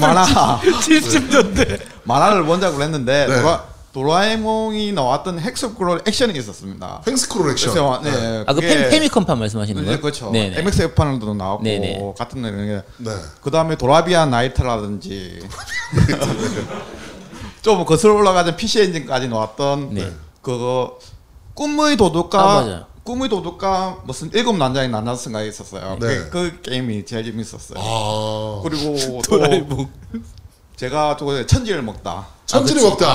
S6: 만화
S5: 70년대
S6: 만화를 원작으로 했는데
S1: 네.
S6: 도라, 도라에몽이 나왔던 핵스크롤 액션이 있었습니다.
S1: 횡스크롤 액션.
S6: 그래서 네,
S2: 아그
S6: 그게-
S2: 페미컴판 말씀하시는
S6: 네,
S2: 거예요?
S6: 그렇죠.
S2: 네네.
S6: MXF판도 나왔고
S2: 네네.
S6: 같은 내용의
S1: 네.
S6: 그 다음에 도라비아 나이트라든지 좀 거슬러 올라가던 PC 엔진까지 나왔던
S2: 네.
S6: 그거 꿈의 도둑과
S2: 아, 맞아요.
S6: 꿈의 도둑과 무슨 일곱 난장이 나눠서가 있었어요.
S1: 네.
S6: 그, 그 게임이 제일 재밌었어요.
S1: 아.
S6: 그리고 또 제가 저거 천지를 먹다.
S1: 천천히 먹다.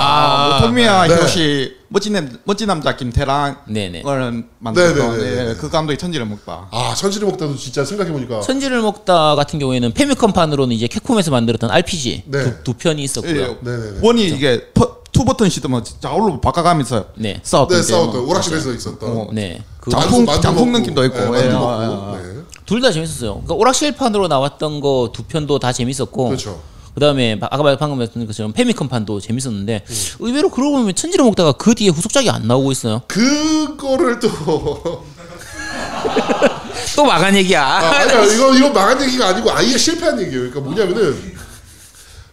S6: 아, 토미야
S1: 네.
S4: 예,
S6: 히로시 멋진 남- 멋진 남자 김태랑
S2: 네네.
S6: 을 만들었던
S1: 네네네.
S6: 예, 그 감독이 천지를 먹다.
S1: 아, 천천히 먹다도 진짜 생각해 보니까
S2: 천지를 먹다 같은 경우에는 페미컴판으로는 이제 캡콤에서 만들었던 RPG
S1: 네.
S2: 두, 두 편이 있었고요.
S6: 예,
S1: 네네네.
S6: 원이 이게 퍼- 투 버튼 시도면 뭐 좌우로 바꿔가면서
S2: 네.
S6: 싸웠던
S1: 네,
S6: 게임은.
S1: 싸웠던 오락실에서 있었던
S6: 어.
S2: 네. 그
S1: 만두-
S6: 장풍-
S1: 만두
S6: 장풍
S1: 먹고,
S6: 느낌도 있고.
S1: 예, 만두
S6: 예,
S1: 먹고.
S6: 아, 아, 아.
S1: 네.
S2: 둘 다 재밌었어요. 그러니까 오락실판으로 나왔던 거 두 편도 다 재밌었고.
S1: 그렇죠.
S2: 그다음에 바- 아까 말- 방금 말씀드린 것처럼 페미컴판도 재밌었는데
S1: 음.
S2: 의외로 그러고 보면 천지를 먹다가 그 뒤에 후속작이 안 나오고 있어요.
S1: 그 그거를 또
S2: 또 막한 얘기야.
S1: 아, 아니야 이거 이거 망한 얘기가 아니고 아예 실패한 얘기예요. 그러니까 뭐냐면은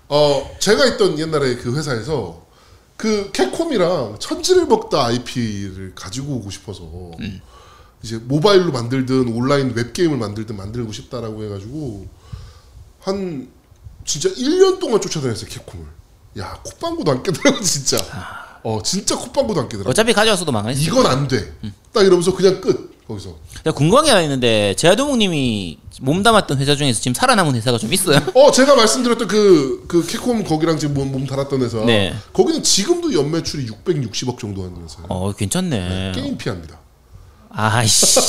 S1: 어 제가 있던 옛날에 그 회사에서 그 캡콤이랑 천지를 먹다 IP를 가지고 오고 싶어서 이제 모바일로 만들든 온라인 웹 게임을 만들든 만들고 싶다라고 해가지고 한 진짜 1년 동안 쫓아다녔어요 캡콤을. 야 콧방구도 안 깨더라고 진짜. 어 진짜 콧방구도 안 깨더라고.
S2: 어차피 가져왔어도 망했어.
S1: 이건 안 돼. 딱 이러면서 그냥 끝 거기서.
S2: 내가 궁금한 게 하나 있는데 제아도목님이 몸담았던 회사 중에서 지금 살아남은 회사가 좀 있어요.
S1: 어 제가 말씀드렸던 그, 그 캡콤 거기랑 지금 몸, 몸 달았던 회사
S2: 네.
S1: 거기는 지금도 연매출이 660억 정도 하는 회사예요
S2: 어 괜찮네.
S1: 게임 피합니다
S2: 아이씨.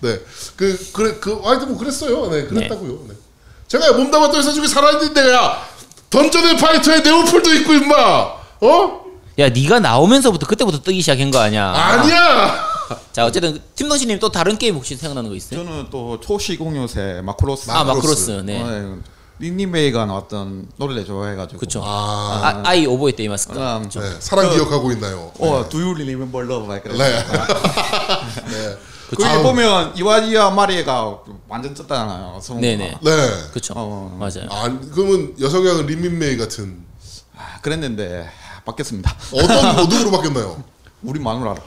S1: 네그 그래 그 하여튼 뭐 그랬어요 네 그랬다고요 네. 제가 몸 담았던 회사 중에 살아있는데 야 던전의 파이터에 네오폴도 있고 임마 어?
S2: 야 네가 나오면서부터 그때부터 뜨기 시작한 거 아니야?
S1: 아니야
S2: 자 어쨌든 팀덩치님 또 다른 게임 혹시 생각나는 거 있어요?
S8: 저는 또 초시공요새 마크로스
S2: 아 마크로스. 네.
S8: 어, 닉님베이가 나왔던 노래를 좋아해가지고
S2: 그쵸. 아, 아, 이 오보에 때이 마스크.
S8: 그다음
S1: 네, 사랑 기억하고 있나요
S8: 어 Do You Remember Love 막 그래서
S1: 네.
S2: 그
S8: 거기 보면 이와이와 마리가 완전 쪘잖아요 성우가
S2: 네네.
S1: 네.
S2: 그쵸.
S8: 어.
S2: 맞아요.
S1: 아 그러면 여성향은 린민메이 같은
S8: 아, 그랬는데 아, 바뀌었습니다
S1: 어떤 어 누구로 바뀌었나요
S8: 우리 마누라 로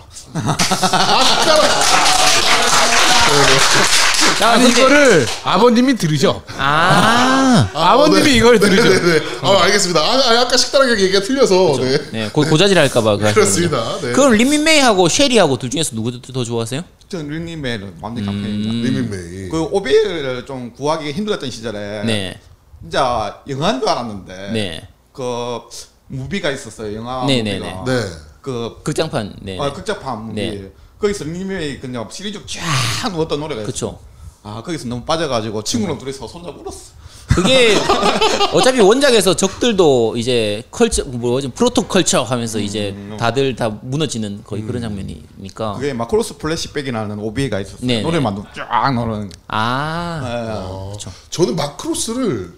S2: 자,
S5: 아니
S2: 근데-
S1: 네,
S5: 이거를 아버님이 들으셔.
S2: 아.
S1: 아,
S5: 아버님이
S1: 네.
S5: 이걸 어. 들으죠.
S1: 네네네. 아, 알겠습니다. 아, 아, 아까 식당하게 얘기가 틀려서. 네.
S2: 네, 고, 고자질 할까봐 그
S1: 그렇습니다. 네.
S2: 그럼 린민메이하고 쉐리하고 둘 중에서 누구 더 좋아하세요? 음.
S8: 전 닉님베이를 완전 감탄입니다
S1: 리민메이.
S8: 그 오비를 좀 구하기 힘들었던 시절에
S2: 네,
S8: 진짜 영화인 줄 알았는데
S2: 네,
S8: 그 무비가 있었어요 영화
S2: 네, 네,
S8: 무비가
S1: 네.
S8: 그
S2: 극장판. 네,
S8: 아, 극작판 무비
S2: 네.
S8: 거기서 님이 그냥 시리즈 쫙 넣었던 노래가 있어요
S2: 그쵸.
S8: 아 거기서 너무 빠져가지고 친구랑
S1: 네.
S8: 둘이서 손잡고 울었어
S2: 그게 어차피 원작에서 적들도 이제 컬처 뭐지 프로토컬처 하면서
S8: 음,
S2: 이제 다들 다 무너지는 거의 그런 장면이니까.
S8: 그게 마크로스 플래시백이라는 오비가 있었어요
S2: 어. 네,
S8: 노래만 쫙 넣는
S2: 아,
S8: 아,
S1: 저는 마크로스를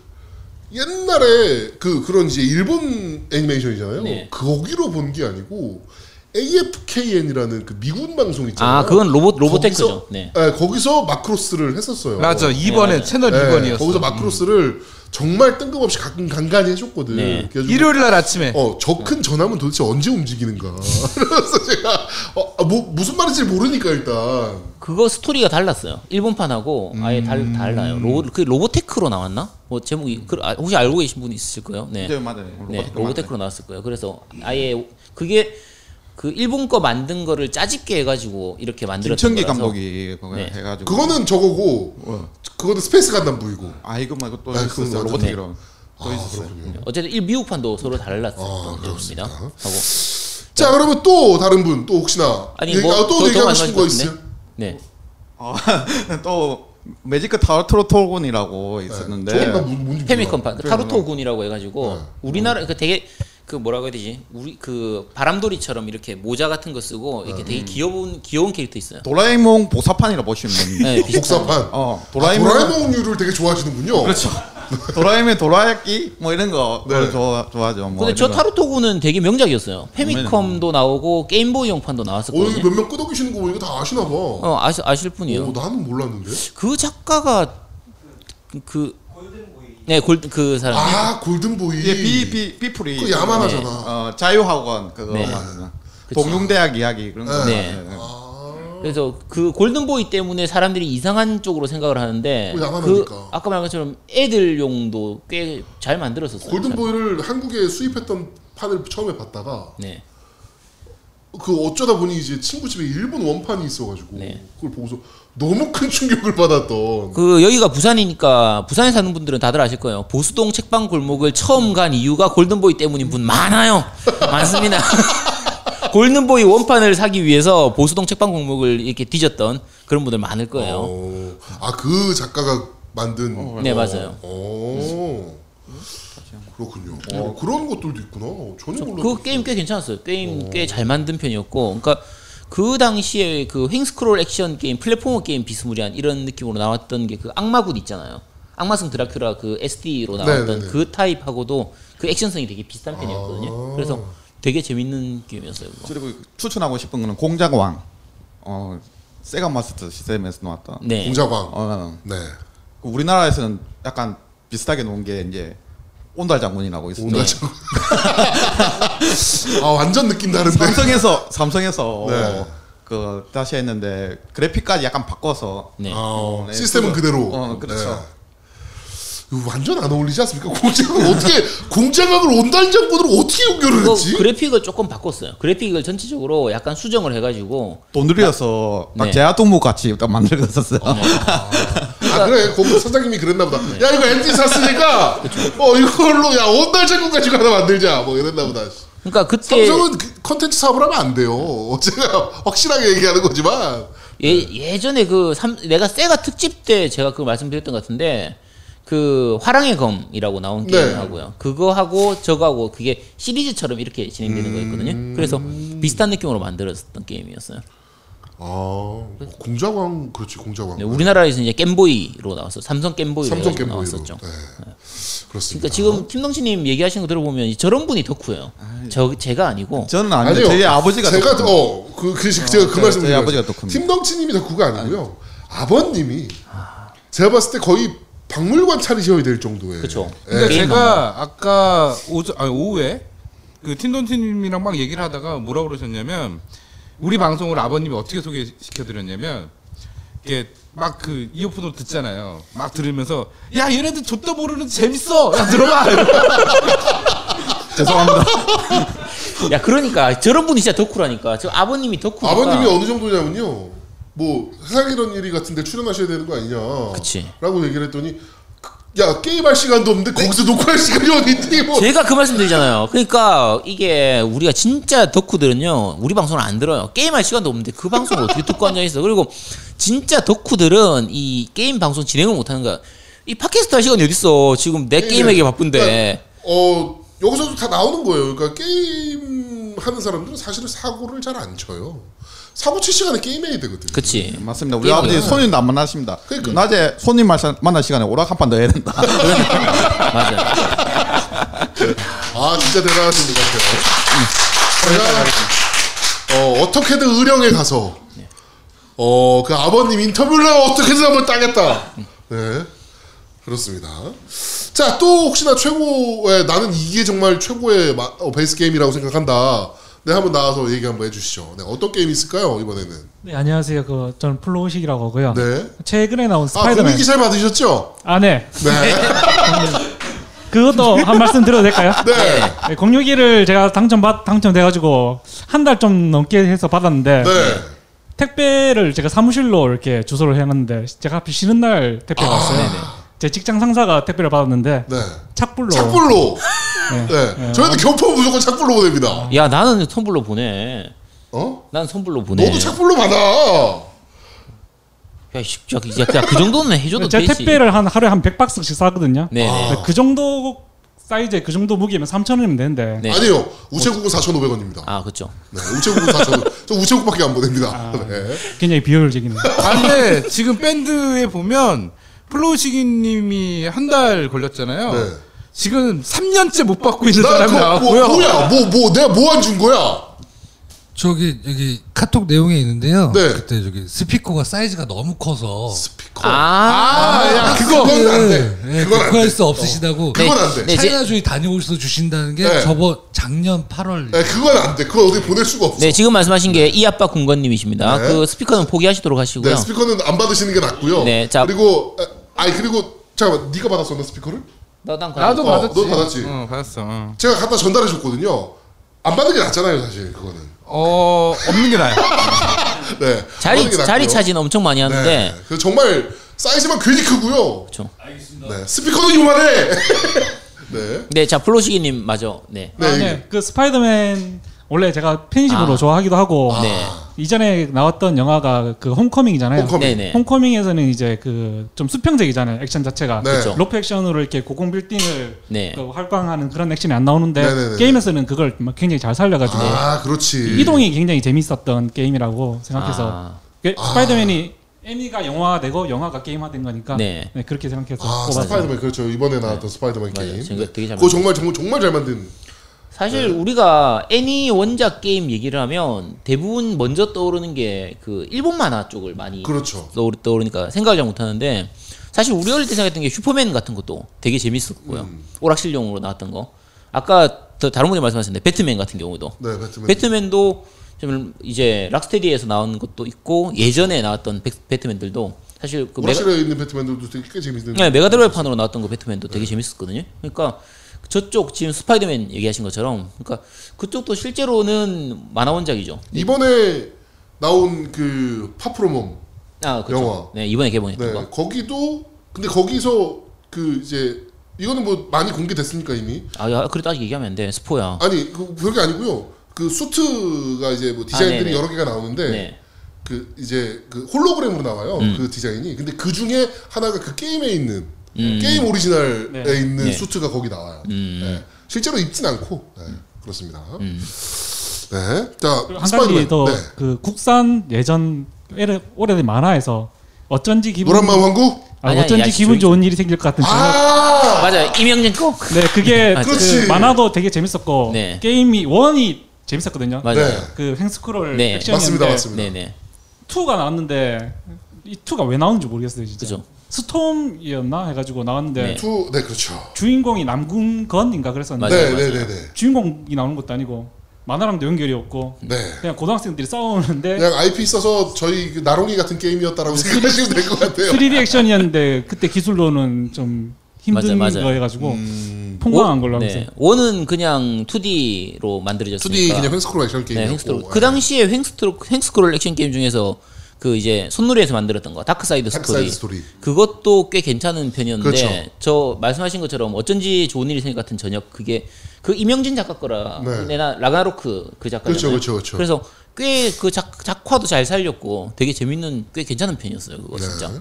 S1: 옛날에 그 그런 이제 일본 애니메이션이잖아요.
S2: 네.
S1: 거기로 본 게 아니고 AFKN이라는 그 미군 방송 있잖아요.
S2: 아 그건 로봇
S1: 거기서,
S2: 로봇테크죠. 네.
S1: 네, 거기서 마크로스를 했었어요.
S5: 맞아.
S1: 네,
S5: 2번에 채널 2번이었어. 음.
S1: 거기서 마크로스를 정말 뜬금없이 가끔 간간히 해줬거든.
S2: 네.
S1: 그래가지고
S5: 일요일 날 아침에
S1: 어, 저 큰 전함은 도대체 언제 움직이는가. 그래서 제가, 어, 아, 뭐, 무슨 말인지 모르니까 일단.
S2: 그거 스토리가 달랐어요. 일본판하고 아예 달,
S1: 음.
S2: 달라요. 로봇 그 로보테크로 나왔나? 뭐 제목이 그, 아, 혹시 알고 계신 분 있으실 거예요. 네.
S8: 이제 맞아요
S2: 네, 로보테크로 나왔을 거예요. 그래서 아예 그게 그 일본 거 만든 거를 짜집게 해가지고 이렇게 만들었던
S8: 김천기
S2: 거라서.
S8: 감독이 그거
S2: 네.
S8: 해가지고
S1: 그거는 저거고, 그거는 스페이스 간담부이고.
S8: 어. 아 이거 말고 또
S1: 아, 그거
S8: 있었어요
S1: 맞아.
S8: 로보틱이랑 또
S1: 아,
S8: 있었어요
S1: 그렇군요. 아,
S2: 어쨌든 일 미국판도 서로 달랐었던 내용입니다. 하고
S1: 자,
S8: 네.
S1: 그러면 또 다른 분, 또 혹시나.
S2: 아니
S1: 얘기-
S2: 뭐
S1: 아,
S2: 더-
S1: 또
S2: 더
S1: 얘기하고
S2: 많이
S1: 싶은
S2: 가지고
S1: 거
S2: 있네?
S1: 있어요?
S2: 네.
S8: 어, 또 매지크 타르토르곤이라고 있었는데
S1: 네. 저건 나 뭔- 뭔지 네.
S2: 페미컴판
S8: 그래요.
S2: 타루토 군이라고 해가지고
S1: 어.
S2: 우리나라 그 되게 그 뭐라고 해야 되지? 우리 그 바람돌이처럼 이렇게 모자 같은 거 쓰고
S1: 어.
S2: 이렇게
S1: 음.
S2: 되게 귀여운 귀여운 캐릭터 있어요.
S8: 도라에몽 보사판이라 보시면 됩니다.
S2: 네,
S1: 몰라.
S2: 비슷한.
S1: 복사판. 아,
S8: 어
S1: 도라에몽...
S8: 도라에몽
S1: 류를 되게 좋아하시는군요.
S8: 그렇죠. 도라에몽 도라야끼 뭐 이런 거
S1: 네.
S8: 좋아 좋아하죠. 뭐
S2: 근데 저
S8: 이런 거.
S2: 타루토군은 되게 명작이었어요. 페미컴도 나오고 게임보이용판도
S1: 음. 어, 여기
S2: 나왔었거든요.
S1: 몇명 끄덕이시는 거 보니까 다 아시나 봐. 어,
S2: 어 아시, 아실 분이에요.
S1: 나는 몰랐는데.
S2: 그 작가가 그 네, 골드 그 사람.
S1: 아, 골든보이.
S8: 이게 예, 비비 비풀이
S1: 그 야만하잖아.
S8: 어 자유학원 그거
S2: 네.
S8: 말하잖아.
S2: 그치.
S8: 동룡대학 이야기 그런 거.
S2: 네.
S8: 네.
S1: 아.
S2: 그래서 그 골든보이 때문에 사람들이 이상한 쪽으로 생각을 하는데
S1: 어,
S2: 그
S1: 야만하니까.
S2: 아까 말한 것처럼 애들용도 꽤 잘 만들었었어요.
S1: 골든보이를 한국에 수입했던 판을 처음에 봤다가
S2: 네.
S1: 그 어쩌다 보니 이제 친구 집에 일본 원판이 있어가지고
S2: 네.
S1: 그걸 보고서 너무 큰 충격을 받았던
S2: 그 여기가 부산이니까 부산에 사는 분들은 다들 아실 거예요. 보수동 책방 골목을 처음
S1: 네.
S2: 간 이유가 골든보이 때문인 분 많아요. 많습니다. 골든보이 원판을 사기 위해서 보수동 책방 골목을 이렇게 뒤졌던 그런 분들 많을 거예요.
S1: 아 그 작가가 만든
S2: 네, 맞아요.
S1: 어. 그렇군요. 어, 그런 것들도 있구나. 전혀 몰랐어요.
S2: 그 게임 꽤 괜찮았어요. 게임 꽤 잘 만든 편이었고, 그러니까 그 당시에 그 횡스크롤 액션 게임, 플랫포머 게임 비스무리한 이런 느낌으로 나왔던 게 그 악마군 있잖아요. 악마성 드라큘라 그 SD로 나왔던
S1: 네네네.
S2: 그 타입하고도 그 액션성이 되게 비슷한 편이었거든요.
S1: 아.
S2: 그래서 되게 재밌는 게임이었어요. 그거.
S8: 그리고 추천하고 싶은 거는 공작왕. 어 세가 마스터 시스템에서 나왔던.
S2: 네.
S1: 공자방.
S8: 어
S1: 네.
S8: 그 우리나라에서는 약간 비슷하게 놓은 게 이제 온달 장군이라고 있었죠.
S1: 오늘 참- 아 완전 느낌 다른데.
S8: 삼성에서 삼성에서
S1: 네.
S8: 그 다시 했는데 그래픽까지 약간 바꿔서
S2: 네.
S1: 아, 어,
S8: 네,
S1: 시스템은
S8: 그거-
S1: 그대로.
S8: 어, 그렇죠.
S1: 네. 이거 완전 안 어울리지 않습니까? 공작학 어떻게 공작학을 온단장군으로 어떻게 연결을
S2: 그거
S1: 했지?
S2: 그래픽을 조금 바꿨어요. 그래픽을 전체적으로 약간 수정을 해가지고
S8: 돈 들여서 딱
S2: 네.
S8: 제아동무 같이 딱 만들었었어요.
S1: 아 그래 그 사장님이 그랬나 보다. 야 이거 엔진 샀으니까 어 이걸로 야 온단장군 가지고 하나 만들자 뭐 이랬나 보다.
S2: 그러니까 그때
S1: 삼성은 그 컨텐츠 사업을 하면 안 돼요. 제가 확실하게 얘기하는 거지만
S2: 예, 예전에 그 삼, 내가 세가 특집 때 제가 그거 말씀드렸던 것 같은데 그 화랑의 검이라고 나온
S1: 네.
S2: 게임하고요. 그거하고 저거하고 그게 시리즈처럼 이렇게 진행되는
S1: 음.
S2: 거였거든요. 그래서 비슷한 느낌으로 만들었던 게임이었어요.
S1: 아 공작왕 그렇지 공작왕.
S2: 근데 네, 우리나라에서 이제 겜보이로 나왔어. 삼성 겜보이로
S1: 삼성
S2: 해가지고
S1: 겜보이로.
S2: 나왔었죠.
S1: 네.
S2: 그러니까
S1: 그렇습니다.
S2: 지금 팀덩치님 얘기하시는 거 들어보면 이- 저런 분이 덕후예요. 저 제가 아니고
S8: 저는 아니에요. 저희 아버지가
S1: 제가
S8: 또-
S1: 어그 그, 시- 제가 그
S8: 제-
S1: 말씀
S8: 저희 아버지가 덕후입니다.
S1: 팀덩치님이 덕후가
S2: 네.
S1: 아니고요. 아버님이 제가 봤을 때 거의 박물관 차리셔야 될 네. 정도의
S2: 그쵸.
S5: 근데
S2: 게임
S5: 제가 아까 오전 아니 오후에 그 팀돈티님이랑 막 얘기를 하다가 뭐라고 그러셨냐면 우리 방송을 아버님이 어떻게 소개시켜드렸냐면 이게 막 그 이어폰으로 듣잖아요. 막 들으면서 야 얘네들 좆도 모르는 재밌어. 야
S2: 네.
S5: 들어봐.
S8: 죄송합니다.
S2: 야 그러니까 저런 분이 진짜 덕후라니까. 저 아버님이 덕후.
S1: 아버님이 어느 정도냐면요. 뭐 세상 이런 일이 같은데 출연하셔야 되는 거 아니냐.
S2: 그치.
S1: 라고 얘기를 했더니 그- 야 게임할 시간도 없는데 거기서 녹화할 시간이 어딨니? 뭐.
S2: 제가 그 말씀 드리잖아요. 그러니까 이게 우리가 진짜 덕후들은요. 우리 방송을 안 들어요. 게임할 시간도 없는데 그 방송을 어떻게 듣고 앉아 있어. 그리고 진짜 덕후들은 이 게임 방송 진행을 못 하는 거야. 이 팟캐스트 할 시간이 어딨어. 지금 내 게임에게 바쁜데.
S1: 예, 그러니까, 어 여기서도 다 나오는 거예요. 그러니까 게임 하는 사람들은 사실은 사고를 잘 안 쳐요. 사고 칠 시간에 게임해야 되거든.
S2: 그치. 예,
S8: 맞습니다. 우리
S2: 게임이요.
S8: 아버지 손님도 안 만나십니다.
S1: 예. 그러니까.
S8: 낮에 손님 마셔- 만날 시간에 오락 한 판 더 해야 된다.
S2: 맞아요.
S1: 그러니까. 아 진짜 대단하신 것 같아요. 제가 어, 어떻게든 의령에 가서 어 그 아버님 인터뷰를 어떻게든 한번 따겠다. 네 그렇습니다. 네. 자 또 혹시나 최고의 나는 이게 정말 최고의 마- 어, 베이스 게임이라고 생각한다. 네 한번 나와서 얘기 한번 해주시죠. 네 어떤 게임 있을까요 이번에는? 아,
S9: 네, 안녕하세요. 그 저는 플로우식이라고 하고요.
S1: 네.
S9: 최근에 나온
S1: 아
S9: 스파이더맨.
S1: 고민 기잘 받으셨죠?
S9: 아, 네.
S1: 네.
S9: 그것도 한 말씀 드려도 될까요?
S1: 네.
S9: 네, 공유기를 제가 당첨 받 당첨돼 가지고 한 달 좀 넘게 해서 받았는데
S1: 네.
S9: 택배를 제가 사무실로 이렇게 주소를 해 놨는데 제가 하필 쉬는 날 택배가 왔어요. 제 직장 상사가 택배를 받았는데
S1: 아. 네.
S9: 착불로
S1: 착불로. 네. 저희한테 교포 무조건 착불로 보냅니다.
S2: 예, 아, 야 나는 선불로 보내.
S1: 어?
S2: 난 선불로 보내.
S1: 너도 착불로 받아.
S2: 야, 씨, 야, 야, 야, 그 정도는 해줘도
S9: 제
S2: 되지.
S9: 택배를 한 하루에 한 100박스씩 사거든요.
S2: 네네. 아.
S9: 근데 그 정도 사이즈에 그 정도 무게면 3,000원이면 되는데
S2: 네.
S1: 아니요. 우체국은 4,500원입니다.
S2: 아 그렇죠.
S1: 네, 우체국은 4,500원. 저 우체국밖에 안 보냅니다. 네.
S9: 굉장히 비효율적이네요.
S5: 아, 근데 지금 밴드에 보면 플로우시기님이 한 달 걸렸잖아요.
S1: 네.
S5: 지금 3년째 못 받고 있는
S1: 나
S5: 사람이
S1: 그거 뭐,
S5: 나왔고요.
S1: 뭐야? 뭐, 뭐, 내가 뭐 안 준 거야?
S7: 저기 여기 카톡 내용에 있는데요.
S1: 네.
S7: 그때 저기 스피커가 사이즈가 너무 커서
S1: 스피커.
S2: 아,
S1: 야, 그거. 그건 안 돼.
S7: 예,
S1: 그건 안 돼. 어,
S7: 구할 수 없으시다고
S1: 그건 안 돼.
S2: 네, 제-
S7: 차이나주에 다녀오셔서 주신다는 게
S1: 네.
S7: 저번 작년 8월
S1: 네, 그건 안 돼. 그건 어디 보낼 수가 없어.
S2: 네
S1: 네,
S2: 지금 말씀하신 게 이 아빠 군건님이십니다.
S1: 네.
S2: 그 스피커는 포기하시도록 하시고요.
S1: 스피커는 안 받으시는 게 낫고요.
S2: 네, 자.
S1: 그리고, 아, 아니, 그리고, 잠깐만, 네가 받았었나, 스피커를?
S2: 너난 관-
S5: 나도
S1: 어,
S5: 받았지.
S1: 너 받았지?
S5: 어, 받았어. 어.
S1: 제가 갖다 전달해 줬거든요. 안 받는 게 낫잖아요, 사실, 그거는.
S5: 어, 없는 게 나아요.
S1: 네.
S2: 자리
S1: 받는 게
S2: 자리
S1: 낫고요.
S2: 차지는 엄청 많이 하는데
S1: 네. 그 정말 사이즈만 괜히 크고요.
S2: 그렇죠.
S1: 네. 스피커는 요만해. 네.
S2: 네, 자 플로시기님 맞아. 네.
S1: 네.
S9: 아, 네. 그 스파이더맨 원래 제가 팬심으로
S2: 아.
S9: 좋아하기도 하고
S2: 네.
S9: 이전에 나왔던 영화가 그 홈커밍이잖아요.
S1: 홈커밍.
S2: 네, 네.
S9: 홈커밍. 에서는 이제 그 좀 수평적이잖아요. 액션 자체가
S1: 네.
S2: 그쵸.
S9: 로프 액션으로 이렇게 고공 빌딩을
S2: 네.
S9: 그 활광하는 그런 액션이 안 나오는데
S1: 네, 네, 네.
S9: 게임에서는 그걸 막 굉장히 잘 살려가지고
S1: 아, 그렇지.
S9: 이동이 굉장히 재밌었던 게임이라고 생각해서
S2: 아.
S9: 그 스파이더맨이 애니가 영화되고 영화가 게임화된 거니까
S2: 네.
S9: 네, 그렇게 생각해서
S1: 아,
S9: 뽑았어요.
S1: 스파이더맨 그렇죠. 이번에 나왔던 스파이더맨
S2: 맞아요.
S1: 게임. 네.
S2: 지금 되게 잘
S1: 그거 정말 정말 정말 잘 만든.
S2: 사실
S1: 네.
S2: 우리가 애니 원작 게임 얘기를 하면 대부분 먼저 떠오르는 게 그 일본 만화 쪽을 많이
S1: 그렇죠.
S2: 떠오르, 떠오르니까 생각을 잘 못하는데 사실 우리 어릴 때 생각했던 게 슈퍼맨 같은 것도 되게 재밌었고요.
S1: 음.
S2: 오락실용으로 나왔던 거. 아까 더 다른 분이 말씀하셨는데 배트맨 같은 경우도
S1: 네, 배트맨.
S2: 배트맨도 좀 이제 락스테디에서 나온 것도 있고 예전에 나왔던 백- 배트맨들도 사실 그 메가,
S1: 오락실에 있는 배트맨들도 되게 꽤 재밌는.
S2: 네, 메가드라이브 판으로 나왔던 그 배트맨도 되게 재밌었거든요. 그러니까 저쪽 지금 스파이더맨 얘기하신 것처럼 그러니까 그쪽도 실제로는 만화 원작이죠.
S1: 예. 이번에 나온 그 파프로몸
S2: 아, 그렇죠.
S1: 영화.
S2: 네, 이번에 개봉했던
S1: 네
S2: 거.
S1: 거기도 근데 거기서 그 이제 이거는 뭐 많이 공개됐으니까 이미
S2: 아, 야, 그래도 아직 얘기하면 안 돼. 스포야.
S1: 아니 그 별게 아니고요 그 수트가 이제 뭐
S2: 아,
S1: 디자인들이
S2: 네네.
S1: 여러 개가 나오는데
S2: 네. 음.
S1: 그 이제 그 홀로그램으로 나와요 그 디자인이 근데 그 중에 하나가 그 게임에 있는 게임 오리지널에
S9: 네.
S1: 있는
S2: 음. 네.
S1: 수트가 거기 나와요
S2: 음.
S1: 네. 실제로 입진 않고 네. 그렇습니다 네자
S9: 한 가지
S1: 스파이더맨
S9: 더
S1: 네.
S9: 그 국산 예전 오래- 오래된 만화에서 어쩐지 기분
S1: 노란만 왕국
S9: 아,
S2: 아니, 아니,
S9: 어쩐지
S2: 야시
S9: 기분
S2: 조이죠.
S9: 좋은 일이 생길 것 같은 생각.
S1: 아
S2: 맞아요. 임영진 거.
S9: 네, 그게
S2: 맞아요.
S1: 그렇지.
S9: 그 만화도 되게 재밌었고
S2: 네.
S9: 게임이 원이 재밌었거든요.
S2: 맞아요.
S9: 그 행스크롤
S2: 네.
S1: 네. 맞습니다
S9: 액션이었는데
S1: 맞습니다
S2: 네, 네.
S9: 2가 나왔는데 이 2가 왜 나오는지 모르겠어요, 진짜.
S2: 그죠.
S9: 스톰이었나 해 가지고 나왔는데
S2: 네.
S1: 투, 네 그렇죠
S9: 주인공이 남궁건인가 그랬었는데
S2: 맞아요,
S1: 네네네네
S2: 맞아요.
S9: 주인공이 나오는 것도 아니고 만화랑도 연결이 없고
S1: 네.
S9: 그냥 고등학생들이 싸우는데
S1: 그냥 IP 써서 저희 그 나롱이 같은 게임이었다라고 생각하시면 될 것 같아요.
S9: 3D 액션이었는데 그때 기술로는 좀 힘든
S2: 맞아요, 맞아요.
S9: 거 해가지고
S1: 음.
S9: 통과한 걸로 알고 있어요.
S2: 네. 원은 그냥 2D로
S1: 2D
S2: 만들어졌으니까.
S1: 그냥 횡스크롤 액션
S2: 네,
S1: 게임이었고. 예.
S2: 횡스크롤. 그 당시에 횡스크롤, 횡스크롤 액션 게임 중에서 그 이제 손놀이에서 만들었던 거 다크사이드 스토리.
S1: 닥사이드 스토리.
S2: 그것도 꽤 괜찮은 편이었는데
S1: 그렇죠.
S2: 저 말씀하신 것처럼 어쩐지 좋은 일이 생길 것 같은 저녁 그게 그 임영진 작가 거라
S1: 네.
S2: 내나 라가노크 그 작가
S1: 그렇죠, 그렇죠, 그렇죠.
S2: 그래서 꽤 그 작화도 잘 살렸고 되게 재밌는 꽤 괜찮은 편이었어요 그거
S1: 네.
S2: 진짜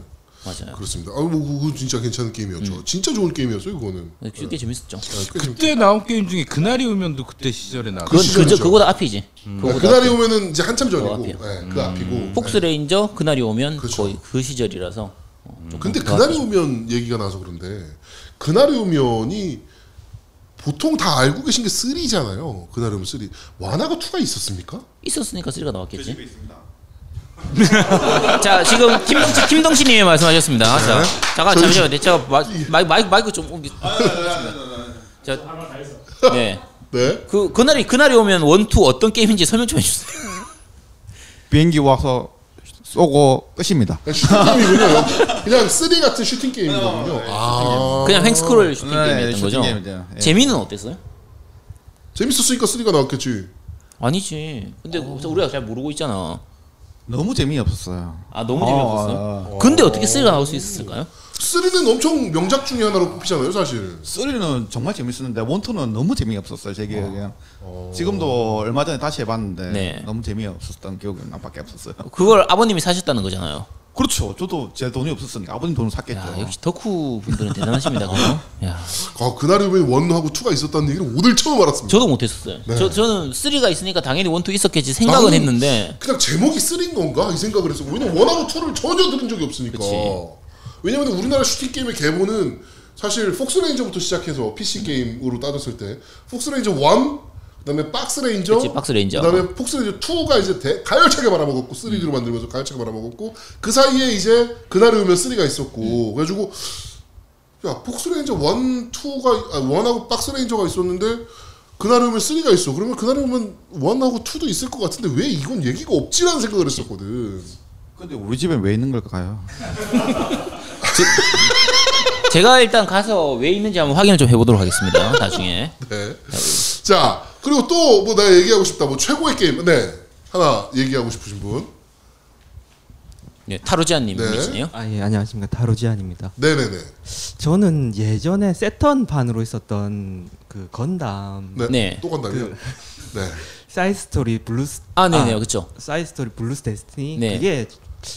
S2: 맞아요
S1: 그렇습니다. 아, 뭐 그거 진짜 괜찮은 게임이었죠. 진짜 좋은 게임이었어요, 그거는.
S2: 꽤 네, 재밌었죠
S5: 그때 나온 게임 중에 그날이 오면도 그때 시절에 나왔
S2: 그건 그저
S1: 시절이죠.
S2: 그거보다 앞이지
S5: 음.
S2: 그거보다
S1: 그날이 오면은 이제 한참 전이고,
S2: 앞이요.
S1: 네, 그 앞이고.
S2: 폭스레인저 그날이 오면
S1: 그렇죠.
S2: 거의 그 시절이라서 어,
S1: 네. 근데 그날이 오면 얘기가 나서 그런데 그날이 오면이 보통 다 알고 계신 게 3잖아요. 그날이 오면 3. 완화가 2가 있었습니까?
S2: 있었으니까 쓰리가 나왔겠지 자 지금 김동치 김동치님이 말씀하셨습니다. 자, 잠깐
S1: 저희-
S2: 잠시만요. 네, 제가 마, 마이, 마이, 마이크 좀 옮기. 자, 네.
S1: 네.
S2: 그 그날이 그날이 오면 원투 어떤 게임인지 설명 좀 해주세요.
S8: 비행기 와서 쏘고 뭐, 끝입니다.
S1: 그냥 슈팅 게임이군요. 그냥 3 같은 슈팅 게임이거든요. 아.
S2: 그냥 횡스크롤 슈팅
S8: 네,
S2: 게임이었던
S8: 슈팅
S2: 거죠.
S8: 게임이죠. 예.
S2: 재미는 어땠어요?
S1: 재밌었으니까 3가 나왔겠지.
S2: 아니지. 근데 우리가 잘 모르고 있잖아.
S8: 너무 재미없었어요.
S2: 어. 아 너무 재미없었어요. 근데 어떻게 쓰리가 나올 수 있었을까요?
S1: 3는 엄청 명작 중에 하나로 꼽히잖아요, 사실.
S8: 쓰리는 정말 재밌었는데 원투는 너무 재미없었어요. 제 기억에.
S1: 아.
S8: 지금도 얼마 전에 다시 해봤는데
S2: 네.
S8: 너무 재미없었던 기억이 나밖에 없었어요.
S2: 그걸 아버님이 사셨다는 거잖아요.
S8: 그렇죠. 저도 제 돈이 없었으니까 아버님 돈을 샀겠죠.
S2: 야 역시 덕후 분들은 대단하십니다. 그죠? 야
S1: 아, 그날에 왜 원하고 투가 있었다는 얘기를 오늘 처음 알았습니다. 네.
S2: 저도 못했었어요.
S8: 네.
S2: 저 저는 쓰리가 있으니까 당연히 원투 있었겠지 생각은
S1: 나는-
S2: 했는데.
S1: 그냥 제목이 쓰린 건가 이 생각을 했어. 왜냐면 원하고 투를 전혀 들은 적이 없으니까.
S2: 그치.
S1: 왜냐면 우리나라 슈팅 게임의 계보는 사실 폭스레인저부터 시작해서 PC 게임으로 따졌을 때 폭스레인저 1 그다음에 박스레인저,
S2: 그치, 박스레인저.
S1: 그다음에 폭스레인저 2가 이제 대, 가열차게 말아먹었고 3D로 만들면서 가열차게 말아먹었고 그 사이에 이제 그날에 오면 3가 있었고
S2: 음.
S1: 그래가지고 야 폭스레인저 1, 2가 아, 1하고 박스레인저가 있었는데 그날에 오면 3가 있어. 그러면 그날에 오면 1하고 2도 있을 것 같은데 왜 이건 얘기가 없지라는 생각을 했었거든.
S8: 근데 우리 집에 왜 있는 걸까요?
S2: 제가 일단 가서 왜 있는지 한번 확인을 좀 해보도록 하겠습니다. 나중에.
S1: 네. 자 그리고 또 뭐 나 얘기하고 싶다. 뭐 최고의 게임. 네 하나 얘기하고 싶으신 분.
S2: 네, 타로지아님
S1: 네.
S2: 이미지네요.
S4: 아 예 안녕하십니까 다루지안입니다.
S1: 네네네.
S4: 저는 예전에 세턴 판으로 있었던 그 건담 그
S1: 네.
S2: 네.
S1: 또 간다고요. 네.
S4: 사이 스토리 블루스
S2: 아, 네네, 그렇죠.
S4: 사이 스토리 블루스 데스티니
S2: 네.
S4: 그게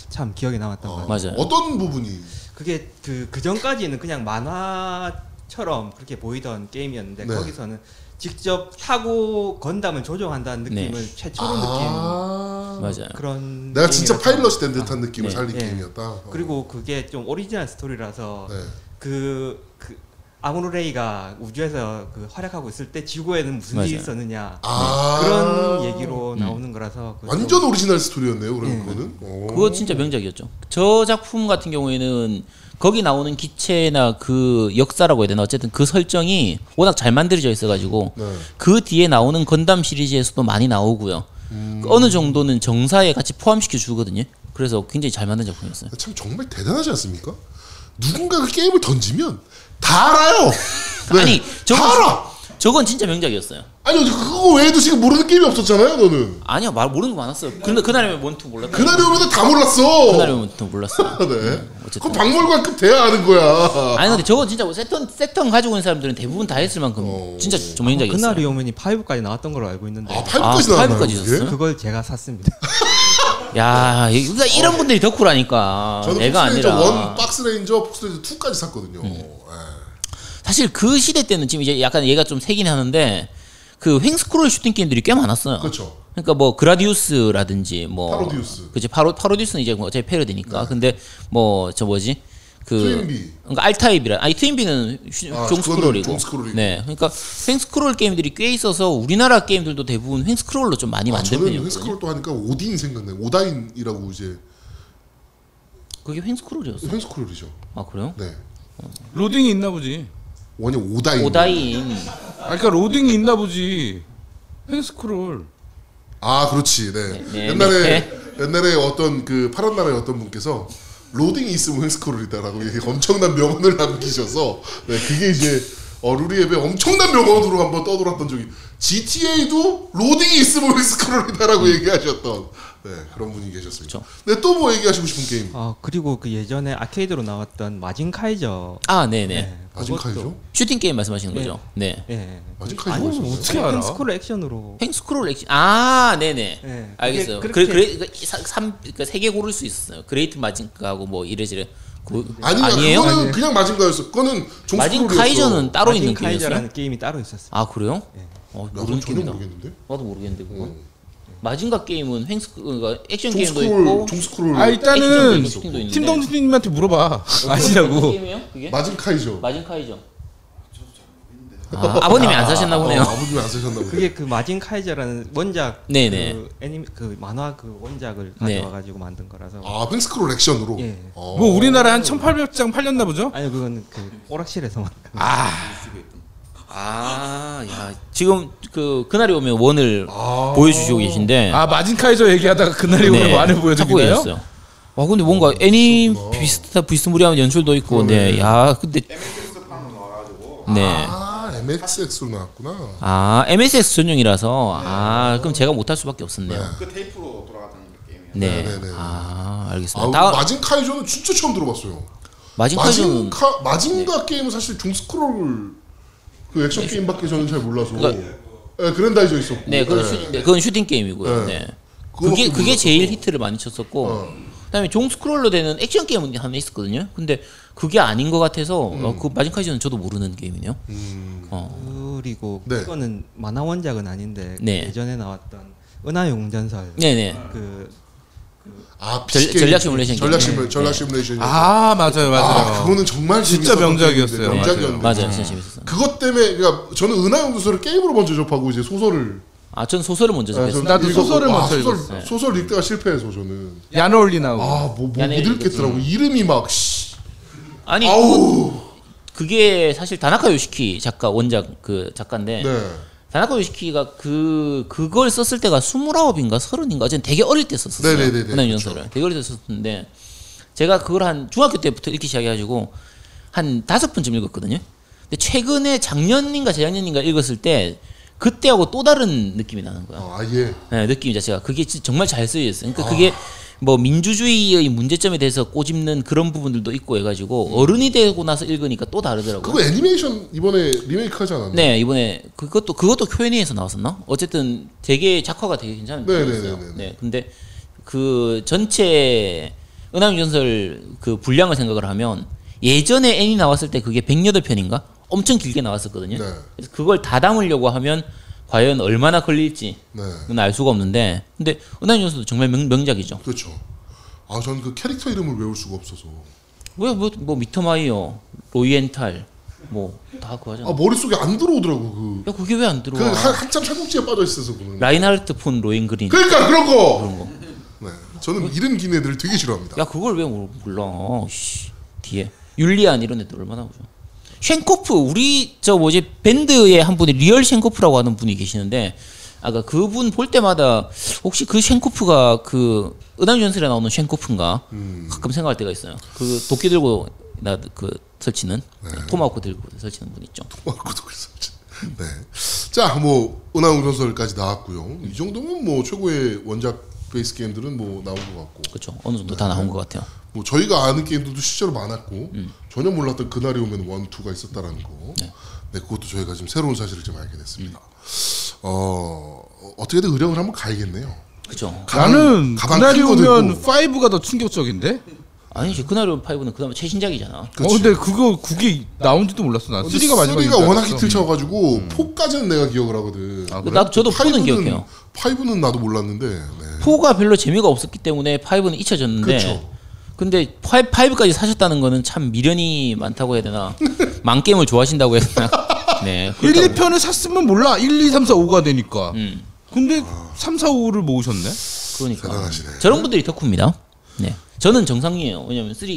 S4: 참 기억에 남았던 거예요.
S2: 맞아요.
S1: 어떤 부분이
S4: 그게 그그 전까지는 그냥 만화처럼 그렇게 보이던 게임이었는데
S1: 네.
S4: 거기서는 직접 타고 건담을 조종한다는
S2: 네.
S4: 느낌을 최초로
S1: 아
S2: 맞아요.
S4: 느낀 어, 그런
S1: 내가 진짜
S4: 게임이라서.
S1: 파일럿이 된 듯한 느낌을
S2: 네.
S1: 살린
S4: 예.
S1: 게임이었다. 어.
S4: 그리고 그게 좀 오리지널 스토리라서
S1: 네.
S4: 그, 그 아무레이가 우주에서 그 활약하고 있을 때 지구에는 무슨
S2: 맞아요. 음.
S4: 일이 있었느냐 네.
S1: 아
S4: 그런 얘기로 나오는 거라서 그
S1: 완전 오리지널 스토리였네요. 그러면 그거는. 오.
S2: 그거 진짜 명작이었죠. 저 작품 같은 경우에는 거기 나오는 기체나 그 역사라고 해야 되나 어쨌든 그 설정이 워낙 잘 만들어져 있어가지고
S1: 네.
S2: 그 뒤에 나오는
S1: 음.
S2: 건담 시리즈에서도 많이 나오고요. 그 어느 정도는 정사에 같이 포함시켜 주거든요. 그래서 굉장히 잘 만든 작품이었어요.
S1: 참 정말 대단하지 않습니까? 누군가 그 게임을 던지면 다 알아요. 네.
S2: 아니, 저거-
S1: 다 알아.
S2: 저건 진짜 명작이었어요.
S1: 아니 그거 외에도 지금 모르는 게임이 없었잖아요. 너는
S2: 아니야 말 모르는 거 많았어요. 근데 그날에 원투 몰랐다.
S1: 네. 그날이 오면 다 몰랐어.
S2: 그날에 원투 몰랐어.
S1: 네.
S2: 어쨌든.
S1: 그 박물관급 돼야 아는 거야.
S2: 아니 근데 저건 진짜 뭐 세턴 세턴 가지고 있는 사람들은 대부분 다 했을 만큼 진짜 조명작이었어요.
S4: 아, 그날이 오면이 5까지 나왔던 걸로 알고 있는데
S1: 어. 아, 5까지
S2: 아,
S1: 나왔나요?
S2: 5까지 있었어요?
S4: 그걸 제가 샀습니다.
S2: 야, 이- 그러니까 이런 분들이 덕후라니까.
S1: 어. 저는
S2: 내가
S1: 폭스레인저
S2: 아니라. 음.
S1: 원 박스레인저, 폭스레인저 2까지 샀거든요. 예.
S2: 사실 그 시대 때는 지금 이제 약간 얘가 좀 새긴 하는데 그 횡스크롤 슈팅 게임들이 꽤 많았어요.
S1: 그렇죠.
S2: 그러니까 뭐 그라디우스라든지 뭐
S1: 파로디우스. 네.
S2: 그치 파로 파로디우스는 이제 뭐 어차피 패러디니까. 근데 뭐 저 뭐지? 그
S1: 트윈비.
S2: 그러니까 알타입이라 아니 트윈비는 휴,
S1: 아,
S2: 종스크롤이고.
S1: 그거는 종스크롤이고.
S2: 네. 그러니까 횡스크롤 게임들이 꽤 있어서 우리나라 게임들도 대부분 횡스크롤로 좀 많이
S1: 아,
S2: 만든
S1: 저는
S2: 편이었거든요.
S1: 횡스크롤 또 하니까 오딘 생각나요. 오다인이라고 이제
S2: 그게 횡스크롤이었어.
S1: 횡스크롤이죠.
S2: 아, 그래요? 어.
S1: 네.
S5: 로딩이 있나 보지.
S1: 원이 오다인.
S2: 오다인.
S5: 아, 그러니까 로딩이 있나 보지. 펜스크롤.
S1: 아 그렇지. 네.
S2: 네,
S1: 옛날에
S2: 네.
S1: 옛날에 어떤 그 파란 나라의 어떤 분께서 로딩이 있으면 횡스크롤이다라고 이렇게 엄청난 명언을 남기셔서 네, 그게 이제 어, 루리앱의 엄청난 명언으로 한번 떠돌았던 적이 GTA도 로딩이 있으면 횡스크롤이다라고
S2: 음.
S1: 얘기하셨던 네, 그런 분이 계셨습니다.
S2: 그렇죠.
S1: 네, 또 뭐 얘기하시고 싶은 게임?
S4: 아 그리고 그 예전에 아케이드로 나왔던 마징 카이저.
S2: 아, 네, 네.
S4: 예,
S1: 아직
S4: 그것도-
S1: 카이죠?
S2: 슈팅 게임 말씀하시는
S4: 네.
S2: 거죠? 네.
S4: 예.
S1: 아직
S5: 아니,
S1: 카이죠? 있었어요?
S5: 어떻게 알아?
S4: 스크롤 액션으로.
S2: 횡스크롤 액션 아
S1: 예,
S2: 네네
S4: 네.
S2: 알겠어요
S4: 그게
S2: 그래
S4: 그렇게-
S2: 그래 그러니까 이 사- 삼 그러니까 세개 고를 수 있었어요 그레이트 마징가하고 뭐 이래저래 그,
S1: 네. 아니,
S2: 아니에요
S1: 그거는 그냥 마징가였어. 그거는 종스크롤이었어.
S2: 마징 카이저는 따로
S4: 마징
S2: 있는 게임이었어요
S4: 카이저라는 게임이 따로 있었어요.
S2: 아 그래요 어, 모르는
S1: 예. 나도 전혀
S2: 게임이다
S1: 모르겠는데. 네.
S2: 나도 모르겠는데 그거 마징가 게임은 횡스 그러니까 액션 게임도 있고
S1: 종스크롤, 종스크롤.
S5: 네. 아,
S2: 액션
S5: 일단은
S2: 게임도 슈팅도 있는데.
S5: 팀동진님한테 물어봐.
S2: 무슨
S5: 아시라고.
S2: 게임이에요 그게
S1: 마징 카이죠.
S2: 마징 카이저 아, 아버님이 안 사셨나 보네요
S1: 어, 아버님이 안 쓰셨나 보네.
S4: 그게 그 마징 카이저라는 원작
S2: 네네.
S4: 그 애니 그 만화 그 원작을
S2: 네.
S4: 가져와가지고 만든 거라서.
S1: 아, 횡스크롤 액션으로.
S4: 예.
S1: 어.
S5: 뭐 우리나라 한 1,800장 팔렸나 보죠?
S4: 아니 그건 그 오락실에서만.
S2: 아, 야, 지금 그 그날이 오면 원을 보여주시고 계신데
S5: 아 마징카에서 얘기하다가 그날이 오늘
S2: 네,
S5: 많을
S2: 자꾸
S5: 보여드리나요? 어,
S2: 얘기했어요. 와 근데 뭔가 애니 비슷하다 비스무리한 연출도 있고 네. 야 근데 네.
S1: 아, MXX로 나왔구나.
S2: 아 MSX 전용이라서 아 그럼 제가 못할 수밖에 없었네요.
S8: 그 테이프로 돌아가는 게임이에요.
S2: 네.
S1: 네, 네, 네.
S2: 아
S1: 아,
S2: 알겠습니다. 다음
S1: 마징 카이저는 진짜 처음 들어봤어요.
S2: 마징 카이저는
S1: 마징 카
S2: 네.
S1: 마징가 게임은 사실 종스크롤 그 액션 게임밖에 저는 잘 몰라서.
S2: 그러니까-
S1: 예, 그랜다이저 있었고.
S2: 네 그건
S1: 예.
S2: 슈, 네, 그건 슈팅 게임이고요.
S1: 네.
S2: 네.
S1: 그거밖에
S2: 그게 그게
S1: 몰랐어요.
S2: 제일 히트를 많이 쳤었고
S1: 어.
S2: 그다음에 종 스크롤로 되는 액션 게임은 하나 있었거든요. 근데 그게 아닌 것 같아서
S1: 음.
S2: 어, 그 마징 카이저는 저도 모르는 게임이네요. 어.
S4: 그리고
S1: 네.
S4: 그거는 만화 원작은 아닌데
S2: 네.
S4: 그 예전에 나왔던 은하용전설.
S2: 네네.
S4: 그
S1: 아,
S2: 전-
S1: 피스게임.
S2: 전략 시뮬레이션
S1: 전략
S2: 게임.
S1: 시뮬
S2: 네.
S1: 전략 시뮬레이션.
S5: 아 맞아요 맞아요.
S1: 아, 그거는 정말
S5: 진짜
S1: 재밌었던
S5: 명작이었어요.
S1: 게임인데, 명작이었는데.
S2: 맞아요, 진짜 재밌었어요.
S1: 그것 때문에 그러니까 저는 은하영 도서를 게임으로 먼저 접하고 이제 소설을
S2: 아, 전 소설을 먼저
S1: 아,
S2: 접했어요.
S1: 저는
S5: 나도
S1: 읽었고-
S5: 소설을
S1: 아,
S5: 먼저
S1: 소설,
S5: 읽었어요.
S1: 소설 읽다가 실패해서 저는
S5: 야놀리 나오고.
S1: 아뭐못
S2: 야네,
S1: 읽겠더라고 이름이 막 씨.
S2: 아니 그,
S1: 아우
S2: 그게 사실 다나카 요시키 작가 원작 그 작가인데
S1: 네
S2: 다나카 요시키가 그 그걸 썼을 때가 스물아홉인가 서른인가 어쨌든 되게 어릴 때 썼어요.
S1: 네네네네,
S2: 은하
S1: 그쵸.
S2: 연설을 되게 어릴 때 썼는데 제가 그걸 한 중학교 때부터 읽기 시작해가지고 한 다섯 번쯤 읽었거든요. 근데 최근에 작년인가 재작년인가 읽었을 때 그때하고 또 다른 느낌이 나는 거야.
S1: 아예 아.
S2: 네, 느낌 자체가 그게 진짜 정말 잘 쓰여 있어요. 그러니까 그게 뭐 민주주의의 문제점에 대해서 꼬집는 그런 부분들도 있고 해가지고 어른이 되고 나서 읽으니까 또 다르더라고요.
S1: 그거 애니메이션 이번에 리메이크 하지 않았나?
S2: 네 이번에 그것도 그것도 q&a에서 나왔었나? 어쨌든 되게 작화가 되게 괜찮은
S1: 네,
S2: 편이었어요.
S1: 네, 네, 네, 네.
S2: 네, 근데 그 전체 은하용 전설 그 분량을 생각을 하면 예전에 애니 나왔을 때 그게 108편인가 엄청 길게 나왔었거든요.
S1: 네.
S2: 그래서 그걸 다 담으려고 하면 과연 얼마나 걸릴지
S1: 네.
S2: 그건 알 수가 없는데 근데 은하의 요소도 정말 명, 명작이죠.
S1: 그렇죠. 아 저는 그 캐릭터 이름을 외울 수가 없어서
S2: 왜뭐 뭐 미터마이어, 로이엔탈 뭐 다 그거 하잖아.
S1: 아 머릿속에 안 들어오더라고 그.
S2: 야 그게 왜 안 들어와?
S1: 그 한, 한참 삼국지에 빠져 있어서 그는.
S2: 라인하르트 폰 로인그린.
S1: 그러니까 그런 거.
S2: 그런 거.
S1: 네. 저는 이름 긴 애들 되게 싫어합니다.
S2: 야 그걸 왜 몰- 몰라? 씨 뒤에 율리안 이런 애들 얼마나 오죠? 쉔코프 우리 저 뭐지 밴드의 한 분이 리얼 쉔코프라고 하는 분이 계시는데 아까 그분 볼 때마다 혹시 그 쉔코프가 그 은하유 전설에 나오는 쉔코프인가
S1: 음.
S2: 가끔 생각할 때가 있어요. 그 도끼 들고 나 그 설치는
S1: 네.
S2: 토마호크 들고 설치는 분 있죠.
S1: 구독을 설치. 네. 자, 뭐 은하웅 전설까지 나왔고요. 이 정도면 뭐 최고의 원작 베이스 게임들은 뭐 나온 것 같고,
S2: 그렇죠. 어느 정도 다 나온 음. 것 같아요.
S1: 뭐 저희가 아는 게임들도 실제로 많았고 전혀 몰랐던 그날이 오면 원 투가 있었다라는 거. 네. 그것도 저희가 지금 새로운 사실을 좀 알게 됐습니다. 어 어떻게든 의령을 한번 가야겠네요.
S2: 그렇죠.
S5: 나는
S1: 가방
S5: 그날이
S1: 큰 거도
S5: 오면
S1: 있고.
S5: 5가 더 충격적인데?
S2: 아니지 그날은 파이브는 그다음에 최신작이잖아.
S5: 어, 근데 그거 그게 나온지도 몰랐어. 난
S1: 근데
S5: 3가 마지막에
S1: 쓰리가 워낙 히트를
S2: 음.
S1: 쳐가지고 포까지는 내가 기억을 하거든.
S5: 아,
S2: 그 나도 저도 포는 기억해요.
S1: 파이브는 나도 몰랐는데. 네.
S2: 포가 별로 재미가 없었기 때문에 파이브는 잊혀졌는데
S1: 그쵸.
S2: 근데 파이, 파이브까지 사셨다는 거는 참 미련이 많다고 해야 되나 망게임을 좋아하신다고 해야 되나 네
S5: 1,
S2: 그렇다고.
S5: 2편을 샀으면 몰라. 1, 2, 3, 4, 5가 되니까.
S2: 음,
S5: 근데 3, 4, 5를 모으셨네?
S2: 그러니까
S1: 대단하시네.
S2: 저런 분들이 덕후입니다 네 저는 정상이에요 왜냐면 3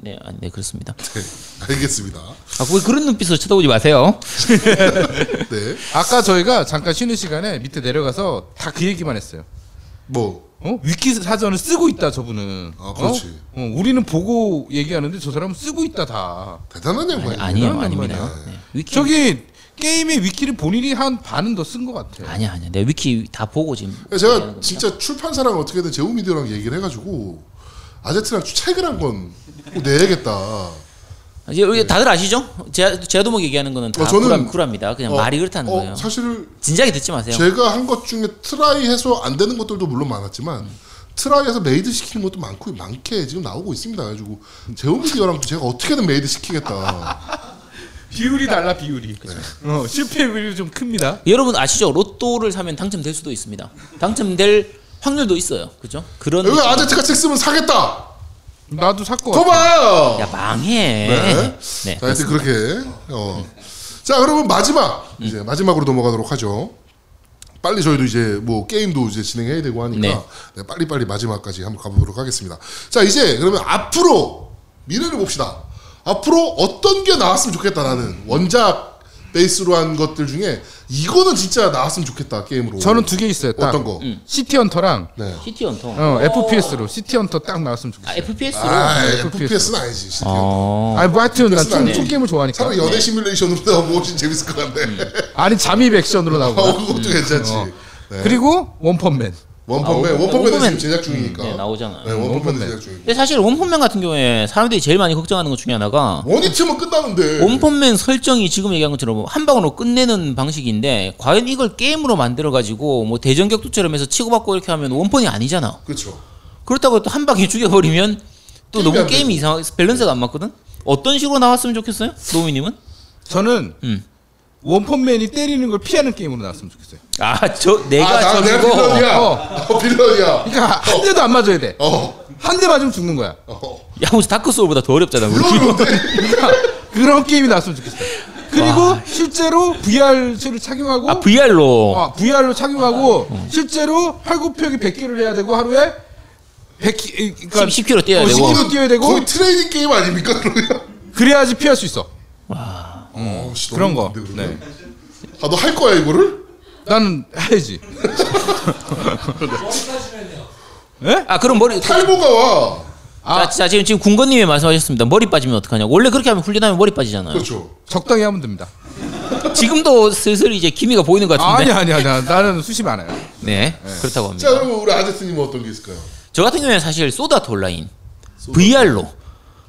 S2: 네, 아, 네 그렇습니다.
S1: 네. 알겠습니다.
S2: 아, 왜 그런 눈빛으로 쳐다보지 마세요.
S1: 네.
S5: 아까 저희가 잠깐 쉬는 시간에 밑에 내려가서 다 그 얘기만 했어요.
S1: 뭐
S5: 어? 위키 사전을 쓰고 있다 저분은.
S1: 아, 그렇지.
S5: 어? 어, 우리는 보고 얘기하는데 저 사람은 쓰고 있다 다.
S1: 대단한 양반이에요.
S2: 아니에요,
S5: 그런
S2: 아닙니다.
S5: 양반이야.
S2: 네. 위키
S5: 저기 게임의 위키를 본인이 한 반은 더 쓴 것 같아.
S2: 아니야, 아니야. 내가 위키 다 보고 지금. 얘기하는
S1: 예, 제가
S2: 겁니다.
S1: 진짜 출판사랑 어떻게든 제우미디어랑 얘기를 해가지고 아제트랑 책을 한 권 내야겠다.
S2: 음. 이제 우리 다들 아시죠? 제 제도목 얘기하는 거는 다
S1: 네. 어, 저는-
S2: 쿨함, 쿨합니다. 그냥
S1: 어,
S2: 말이 그렇다는
S1: 어,
S2: 거예요.
S1: 사실
S2: 진작에 듣지 마세요.
S1: 제가 한 것 중에 트라이해서 안 되는 것들도 물론 많았지만
S2: 음.
S1: 트라이해서 메이드 시키는 것도 많고 많게 지금 나오고 있습니다. 그래가지고 제우미디어랑 제가 어떻게든 메이드 시키겠다.
S5: 비율이 달라 비율이. 어, 실패 비율이 좀 큽니다.
S2: 여러분 아시죠? 로또를 사면 당첨될 수도 있습니다. 당첨될 확률도 있어요. 그죠? 그런
S1: 왜
S2: 느낌.
S1: 아제트가 책 쓰면 사겠다.
S5: 나도 샀고.
S1: 더 봐요.
S2: 야 망해.
S1: 네.
S2: 네.
S1: 자, 하여튼 그렇게. 어. 자, 그러면 마지막
S2: 음.
S1: 이제 마지막으로 넘어가도록 하죠. 빨리 저희도 이제 뭐 게임도 이제 진행해야 되고 하니까
S2: 네.
S1: 네, 빨리빨리 마지막까지 한번 가보도록 하겠습니다. 자, 이제 그러면 앞으로 미래를 봅시다. 앞으로 어떤 게 나왔으면 좋겠다라는 원작 베이스로 한 것들 중에 이거는 진짜 나왔으면 좋겠다 게임으로.
S5: 저는 두 개 있어요. 딱.
S1: 어떤 거?
S5: 시티 헌터랑
S1: 네.
S2: 시티 언터.
S5: 어, FPS로 시티 헌터 딱 나왔으면
S2: 아,
S5: 좋겠어요.
S2: FPS로.
S1: 아,
S5: FPS.
S1: FPS는 아니지. 시티.
S2: 어.
S5: 아, 뭐 하여튼 난 총,
S1: 아니에요.
S5: 총 게임을 좋아하니까. 네.
S1: 차라리
S2: 네.
S1: 연애 시뮬레이션으로 나오면 훨씬 재밌을 것 같네.
S2: 음.
S5: 아니 잠입 액션으로
S1: 어,
S5: 나오고.
S1: 그것도 괜찮지. 네.
S5: 그리고 원펀맨. 음.
S1: 원펀맨,
S2: 아, 원펀-
S1: 원펀맨은
S2: 원펀맨.
S1: 지금 제작 중이니까.
S2: 네, 나오잖아요.
S1: 네, 원펀맨은
S5: 원펀맨.
S1: 제작 중이고.
S2: 근데 사실 원펀맨 같은 경우에 사람들이 제일 많이 걱정하는 것 중에 하나가
S1: 원이 트면 끝나는데.
S2: 원펀맨 설정이 지금 얘기한 것처럼 뭐 한 방으로 끝내는 방식인데 과연 이걸 게임으로 만들어 가지고 뭐 대전격투처럼 해서 치고받고 이렇게 하면 원펀이 아니잖아.
S1: 그렇죠.
S2: 그렇다고 또 한 방에 죽여버리면 또 너무
S1: 게임이 안
S2: 게임이 이상 밸런스가 안 맞거든. 어떤 식으로 나왔으면 좋겠어요, 노미님은?
S5: 저는
S2: 음.
S5: 원펀맨이 때리는 걸 피하는 게임으로 나왔으면 좋겠어요.
S2: 아, 저 내가
S1: 아, 나, 내가
S2: 저기고
S1: 빌런이야.
S5: 어.
S1: 어, 빌런이야.
S5: 그러니까 한 대도 안 맞아야 돼.
S1: 어.
S5: 한 대 맞으면 죽는 거야.
S1: 어.
S2: 야, 무슨 다크 소울보다 더 어렵잖아. 우리.
S5: 그러니까 그런 게임이 나왔으면 좋겠어요. 그리고 실제로 VR를 착용하고
S2: 아, VR로.
S5: 어, VR로 착용하고 실제로 팔굽혀펴기 100개를 해야 되고 하루에 100개 그러니까
S2: 10, 10kg 뛰어야
S5: 어,
S2: 되고.
S5: 10kg 뛰어야 되고
S1: 거의 트레이닝 게임 아닙니까, 그러면?
S5: 그래야지 피할 수 있어. 음,
S1: 어, 씨,
S5: 그런 거.
S1: 너무
S5: 네.
S1: 힘든데, 그러면? 아, 너 할 거야, 이거를?
S5: 나는 해야지.
S2: 아, 그럼 머리.
S1: 탈모가 와. 아.
S2: 자, 자, 지금 지금 군건님이 말씀하셨습니다. 머리 빠지면 어떡하냐고. 원래 그렇게 하면 훈련하면 머리 빠지잖아요.
S1: 그렇죠.
S5: 적당히 하면 됩니다.
S2: 지금도 슬슬 이제 기미가 보이는 것 같은데.
S5: 아니 아니 아니 나는 수시 많아요.
S2: 네, 그렇다고 합니다.
S1: 자, 그러면 우리 아제트님은 어떤 게 있을까요?
S2: 저 같은 경우에는 사실 소다온라인 VR로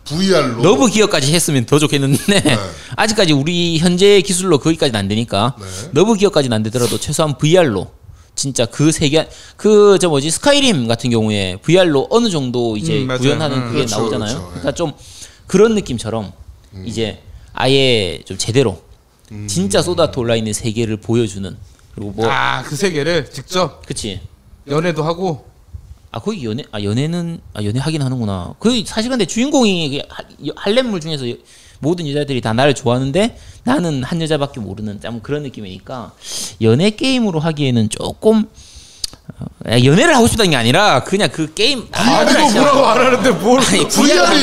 S1: VR로.
S2: 러브 기어까지 했으면 더 좋겠는데 아직까지 우리 현재 기술로 거기까지는 안 되니까
S1: 네.
S2: 러브 기어까지는 안 되더라도 최소한 VR로 진짜 그 세계 그 저 뭐지 스카이림 같은 경우에 VR로 어느 정도 이제
S5: 음, 맞아요.
S2: 구현하는
S5: 음,
S2: 그게
S1: 그렇죠,
S2: 나오잖아요.
S1: 그렇죠. 네.
S2: 그러니까좀 그런 느낌처럼
S5: 음.
S2: 이제 아예 좀 제대로 진짜 소다 온라인의 세계를 보여주는 그리고 뭐
S5: 아 그 세계를 직접
S2: 그치
S5: 연애도 하고
S2: 아 거기 연애 아 연애는 아 연애 하긴 하는구나. 그 사실 근데 주인공이 그 하- 여- 할렘물 중에서 여- 모든 여자들이 다 나를 좋아하는데 나는 한 여자밖에 모르는 좀 그런 느낌이니까 연애 게임으로 하기에는 조금 어, 야, 연애를 하고 싶다는 게 아니라 그냥 그 게임
S1: 아니, 너 뭐라고 안 하는데 뭘.
S2: 아니,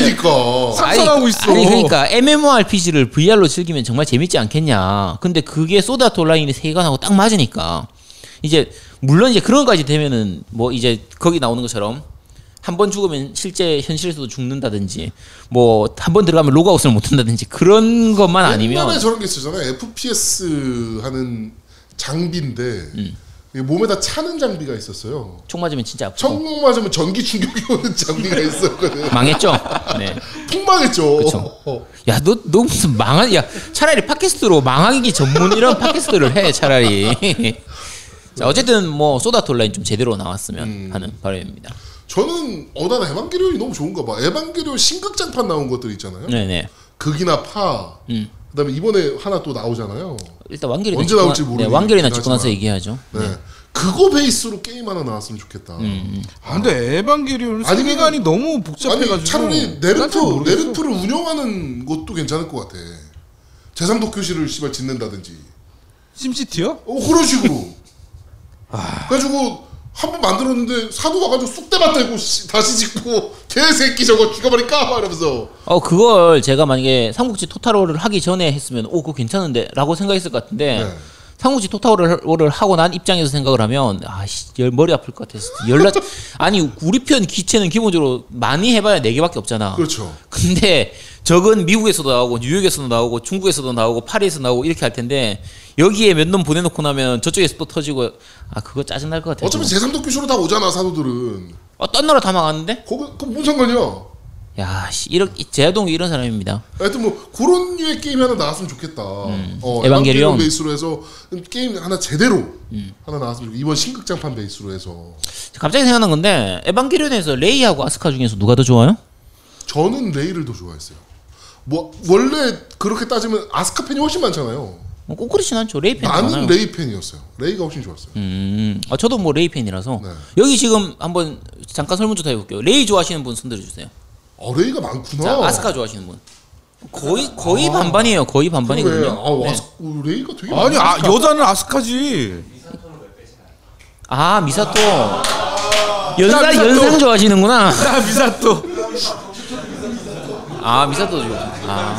S1: VR이니까.
S5: 상상하고 있어.
S2: 뭐, 아니 그러니까 MMORPG를 VR로 즐기면 정말 재밌지 않겠냐. 근데 그게 소다 온라인의 세계관하고 딱 맞으니까 이제 물론 이제 그런 것까지 되면은 뭐 이제 거기 나오는 것처럼 한 번 죽으면 실제 현실에서도 죽는다든지 뭐 한 번 들어가면 로그아웃을 못 한다든지 그런 것만
S5: 예,
S1: 옛날에
S2: 아니면
S1: 저런 게 있었잖아요. FPS 하는 장비인데 이게 몸에다 차는 장비가 있었어요.
S2: 음. 총 맞으면 진짜 아프고
S1: 천공 맞으면 전기 충격이 오는 장비가 있었거든.
S2: 망했죠. 네.
S1: 폭망했죠.
S2: 그쵸.
S1: 어.
S2: 야, 너, 너 무슨 망한, 야, 차라리 팟캐스트로 망하기 전문 이런 팟캐스트를 해, 차라리. 자, 어쨌든 뭐, 소다톨라인 좀 제대로 나왔으면
S1: 음.
S2: 하는 바람입니다.
S1: 저는 어난 에반게리온이 너무 좋은가 봐. 에반게리온 신극장판 나온 것들 있잖아요.
S2: 네네.
S1: 극이나 파.
S2: 음.
S1: 그다음에 이번에 하나 또 나오잖아요.
S2: 일단 완결이
S1: 언제
S2: 나-
S1: 나올지
S2: 네,
S1: 모르겠긴
S2: 완결이나 찍고 나서
S1: 하지만.
S2: 얘기하죠.
S1: 네. 그거 베이스로 게임 하나 나왔으면
S2: 음,
S1: 좋겠다.
S5: 아, 근데 에반게리온
S1: 아니면은- 그러니까
S5: 세계관이 너무 복잡해가지고
S1: 아니 차라리
S5: 난잘
S1: 네르프
S5: 모르겠어.
S1: 네르프를 운영하는 것도 괜찮을 것 같아. 제3도 교실을 씨발 짓는다든지.
S5: 심시티요? 아.
S1: 어 그런 식으로. 그래가지고 한 번 만들었는데 사도 와가지고 쑥대 맞대고 씨, 다시 짓고 개새끼 저거 죽여버릴까 막 이러면서
S2: 어, 그걸 제가 만약에 삼국지 토탈워를 하기 전에 했으면, 오, 그거 괜찮은데? 라고 생각했을 것 같은데,
S1: 네.
S2: 삼국지 토탈워를 하고 난 입장에서 생각을 하면, 아씨, 열- 머리 아플 것 같아서. 열나, 아니, 우리 편 기체는 기본적으로 많이 해봐야 네개밖에 없잖아.
S1: 그렇죠.
S2: 근데 적은 미국에서도 나오고 뉴욕에서도 나오고 중국에서도 나오고 파리에서 나오고 이렇게 할 텐데 여기에 몇 놈 보내놓고 나면 저쪽에서 또 터지고 아 그거 짜증 날 것 같아요.
S1: 어차피 제3도 교실로 다 오잖아 사도들은.
S2: 어떤 아, 나라 다 망하는데?
S1: 거기 그뭔 상관이야.
S2: 야, 씨, 이렇게 제동 이런 사람입니다.
S1: 하여튼 뭐 그런 류의 게임 하나 나왔으면 좋겠다. 어,
S2: 음. 에반게리온. 음.
S1: 에반게리온 베이스로 해서 게임 하나 제대로 하나 나왔으면 좋겠다. 이번 신극장판 베이스로 해서
S2: 갑자기 생각난 건데 에반게리온에서 레이하고 아스카 중에서 누가 더 좋아요?
S1: 저는 레이를 더 좋아했어요. 뭐 원래 그렇게 따지면 아스카 팬이 훨씬 많잖아요.
S2: 뭐꼭 그렇진 않죠. 레이 팬이
S1: 나는
S2: 많아요.
S1: 레이 팬이었어요. 레이가 훨씬 좋았어요.
S2: 음, 아 저도 뭐 레이 팬이라서
S1: 네.
S2: 여기 지금 한번 잠깐 설문조사 해볼게요. 레이 좋아하시는 분 손들어 주세요.
S1: 어 레이가 많구나.
S2: 자, 아스카 좋아하시는 분. 거의 거의 반반이에요. 거의 반반이거든요.
S1: 그러네. 아,
S2: 네.
S1: 아스, 오, 레이가 되게 많아.
S5: 아니 아, 여자는 아스카지
S2: 아 미사토 연상 연상 좋아하시는구나.
S5: 아
S2: 음.
S5: 미사또
S2: 아 미사토 좋아.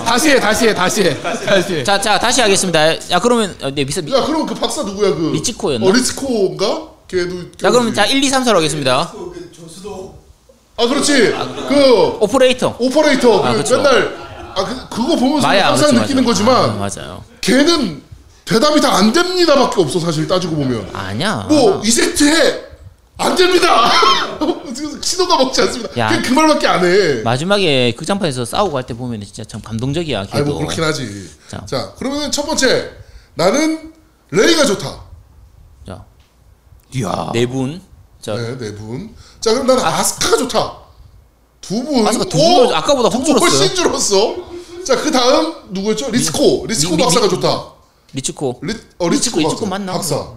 S5: 다시 해 다시 해 다시 해 다시 해
S2: 자자 다시 하겠습니다. 야 그러면 어, 네 미사 미,
S1: 야 그럼 그 박사 누구야 그?
S2: 리치코였나?
S1: 어 리치코인가? 걔도.
S2: 자 그럼 자 1, 2, 3, 4로 하겠습니다.
S1: 아 그렇지. 그
S2: 오퍼레이터
S1: 오퍼레이터.
S2: 아,
S1: 그
S2: 그쵸.
S1: 맨날 아 그, 그거 보면서
S2: 마야
S1: 항상
S2: 맞죠,
S1: 느끼는
S2: 맞죠.
S1: 거지만
S2: 아, 맞아요.
S1: 걔는 대답이 다 안 됩니다밖에 없어 사실 따지고 보면.
S2: 아니야.
S1: 뭐 이젝트 해. 안 됩니다. 지금 신호가 먹지 않습니다.
S2: 야.
S1: 걔그 말밖에 안 해.
S2: 마지막에 극장판에서 싸우고 할 때 보면 진짜 참 감동적이야.
S1: 아니
S2: 걔도.
S1: 뭐 그렇긴 하지.
S2: 자.
S1: 자, 그러면 첫 번째 나는 레이가 좋다.
S2: 자,
S5: 이야
S2: 네 분. 자,
S1: 네, 네 분. 자, 그럼 나는 아, 스카가 좋다. 두 분.
S2: 아스카 두 분은 아까보다 확
S1: 두분
S2: 줄었어요.
S1: 훨씬 줄었어. 자, 그 다음 누구였죠? 리스코. 리스코
S2: 미- 미-
S1: 박사가
S2: 미-
S1: 좋다.
S2: 리츠코.
S1: 리, 어, 리스코,
S2: 리츠코
S1: 박사.
S2: 맞나?
S1: 박사.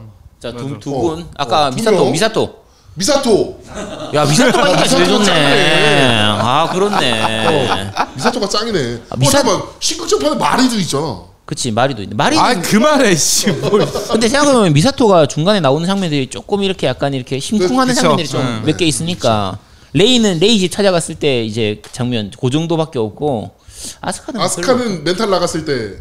S2: 자, 두, 두
S1: 어,
S2: 분. 아까
S1: 어, 두
S2: 미사토,
S1: 명.
S2: 미사토.
S1: 미사토.
S2: 야, 미사토가 제일
S1: 미사토가
S2: 좋네.
S1: 짱이네. 어,
S2: 아, 그렇네.
S1: 미사토가 짱이네.
S2: 아, 미사-
S1: 어, 잠깐만. 신극장판에 마리도 있잖아.
S2: 그치, 마리도 있네. 마리
S5: 아 그만해 씨뭘
S2: 근데 생각해보면 미사토가 중간에 나오는 장면들이 조금 이렇게 약간 이렇게 심쿵하는
S5: 그쵸.
S2: 장면들이 좀
S5: 네,
S2: 몇 개 있으니까 레이는 레이 집 찾아갔을 때 이제 그 장면 그 정도밖에 없고 아스카는 별로
S1: 아스카는 멘탈 나갔을 때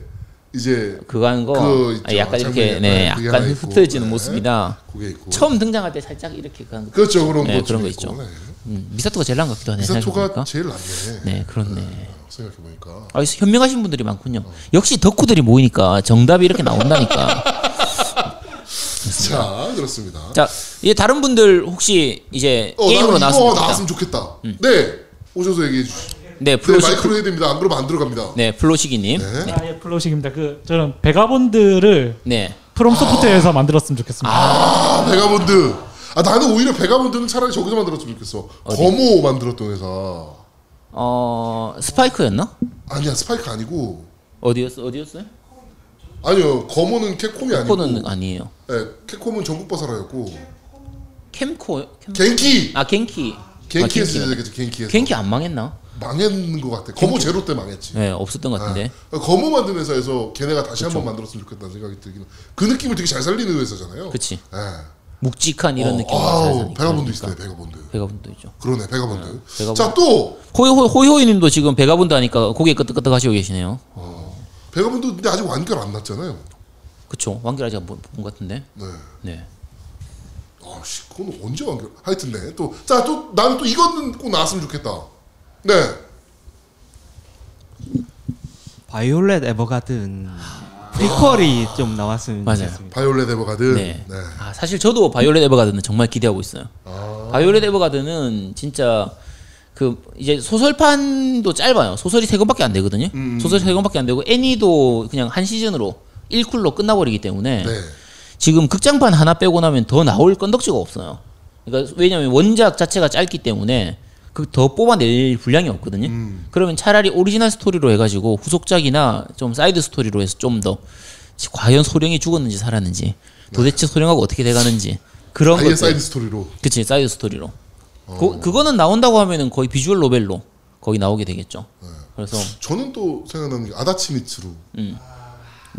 S1: 이제
S2: 그거 하는 거
S1: 그 있죠.
S2: 아, 약간 이렇게
S1: 장면이
S2: 네,
S1: 약간 그게
S2: 약간
S1: 하나 있고.
S2: 흐트러지는
S1: 네.
S2: 모습이다.
S1: 그게 있고.
S2: 처음 등장할 때 살짝 이렇게 그런 거.
S1: 그렇죠. 그런
S2: 네,
S1: 거.
S2: 그런
S1: 좀
S2: 거
S1: 있고.
S2: 있죠.
S1: 네.
S2: 음, 미사토가 제일 나은 것 같기도 하네.
S1: 미사토가
S2: 생각해보니까.
S1: 제일 낫네. 아,
S2: 네, 그렇네.
S1: 생각해 보니까.
S2: 아, 현명하신 분들이 많군요. 역시 덕후들이 모이니까 정답이 이렇게 나온다니까.
S1: 자, 그렇습니다.
S2: 자, 이제 다른 분들 혹시 이제
S1: 어,
S2: 게임으로
S1: 나는 이거
S2: 나왔으면 좋겠다.
S1: 나왔으면 좋겠다. 네. 오셔서 얘기해 주시죠.
S2: 네,
S1: 네,
S2: 플로시,
S1: 마이크로 해야 됩니다. 안 그러면 안 들어갑니다.
S2: 네, 플로시기님.
S1: 네.
S2: 네.
S9: 아, 예, 플로식입니다. 그 저는 베가본드를
S2: 네.
S9: 프롬 소프트에서 만들었으면 좋겠습니다.
S1: 아, 베가본드. 아, 나는 오히려 베가본드는 차라리 저기서 만들었으면 좋겠어. 거모 만들었던 회사.
S2: 어, 스파이크였나?
S1: 아니야, 스파이크 아니고.
S2: 어디였어? 어디였어요?
S1: 아니요, 거모는 캡콤이 아니고.
S2: 코는 아니에요.
S1: 네, 캡콤은 전국 버사라였고.
S2: 캠코 캠...
S1: 겐키.
S2: 아, 겐키.
S1: 겐키에서
S2: 아, 겐키.
S1: 제작했죠. 겐키에서.
S2: 겐키 안 망했나?
S1: 망했는 것 같아. 거모 제로 때 망했지.
S2: 네, 없었던 것 같은데.
S1: 아, 거모 만든 회사에서 걔네가 다시 한번 만들었으면 좋겠다는 생각이 들긴. 그 느낌을 되게 잘 살리는 회사잖아요.
S2: 그치.
S1: 예.
S2: 묵직한 이런 느낌.
S1: 어, 아우, 베가본드 있어요. 베가본드.
S2: 배가분도 있죠.
S1: 그러네, 베가본드.
S2: 베가본드.
S1: 자, 또
S2: 호이호 호이호이님도 지금 배가분도 하니까 고개 끄덕끄덕 하시고 계시네요.
S1: 베가본드 근데 아직 완결 안 났잖아요.
S2: 그쵸? 완결하지 못본것 같은데.
S1: 네.
S2: 네.
S1: 아씨 그건 언제 완결? 하여튼 네또자또 나는 또 이거는 꼭 나왔으면 좋겠다. 네.
S4: 바이올렛 에버가든 프리퀄이 좀 나왔으면
S2: 맞아요.
S4: 좋겠습니다.
S1: 아. 바이올렛 에버가드.
S2: 네.
S1: 네.
S2: 아, 사실 저도 바이올렛 에버가든은 정말 기대하고 있어요.
S1: 아.
S2: 바이올렛 에버가든은 진짜 그 이제 소설판도 짧아요. 소설이 세 권밖에 안 되거든요.
S1: 음,
S2: 소설이 세 권밖에 안 되고 애니도 그냥 한 시즌으로 1쿨로 끝나버리기 때문에
S1: 네.
S2: 지금 극장판 하나 빼고 나면 더 나올 건덕지가 없어요. 그러니까 왜냐하면 원작 자체가 짧기 때문에 그 더 뽑아낼 분량이 없거든요.
S1: 음.
S2: 그러면 차라리 오리지널 스토리로 해가지고 후속작이나 좀 사이드 스토리로 해서 좀 더 과연 소령이 죽었는지 살았는지 도대체 소령하고 어떻게 돼가는지 그런
S1: 아예
S2: 것들.
S1: 사이드 스토리로. 어.
S2: 그치 사이드 스토리로. 그, 그거는 나온다고 하면은 거의 비주얼 노벨로 거의 나오게 되겠죠.
S1: 네.
S2: 그래서
S1: 저는 또 생각나는 게 아다치미츠루.
S2: 음.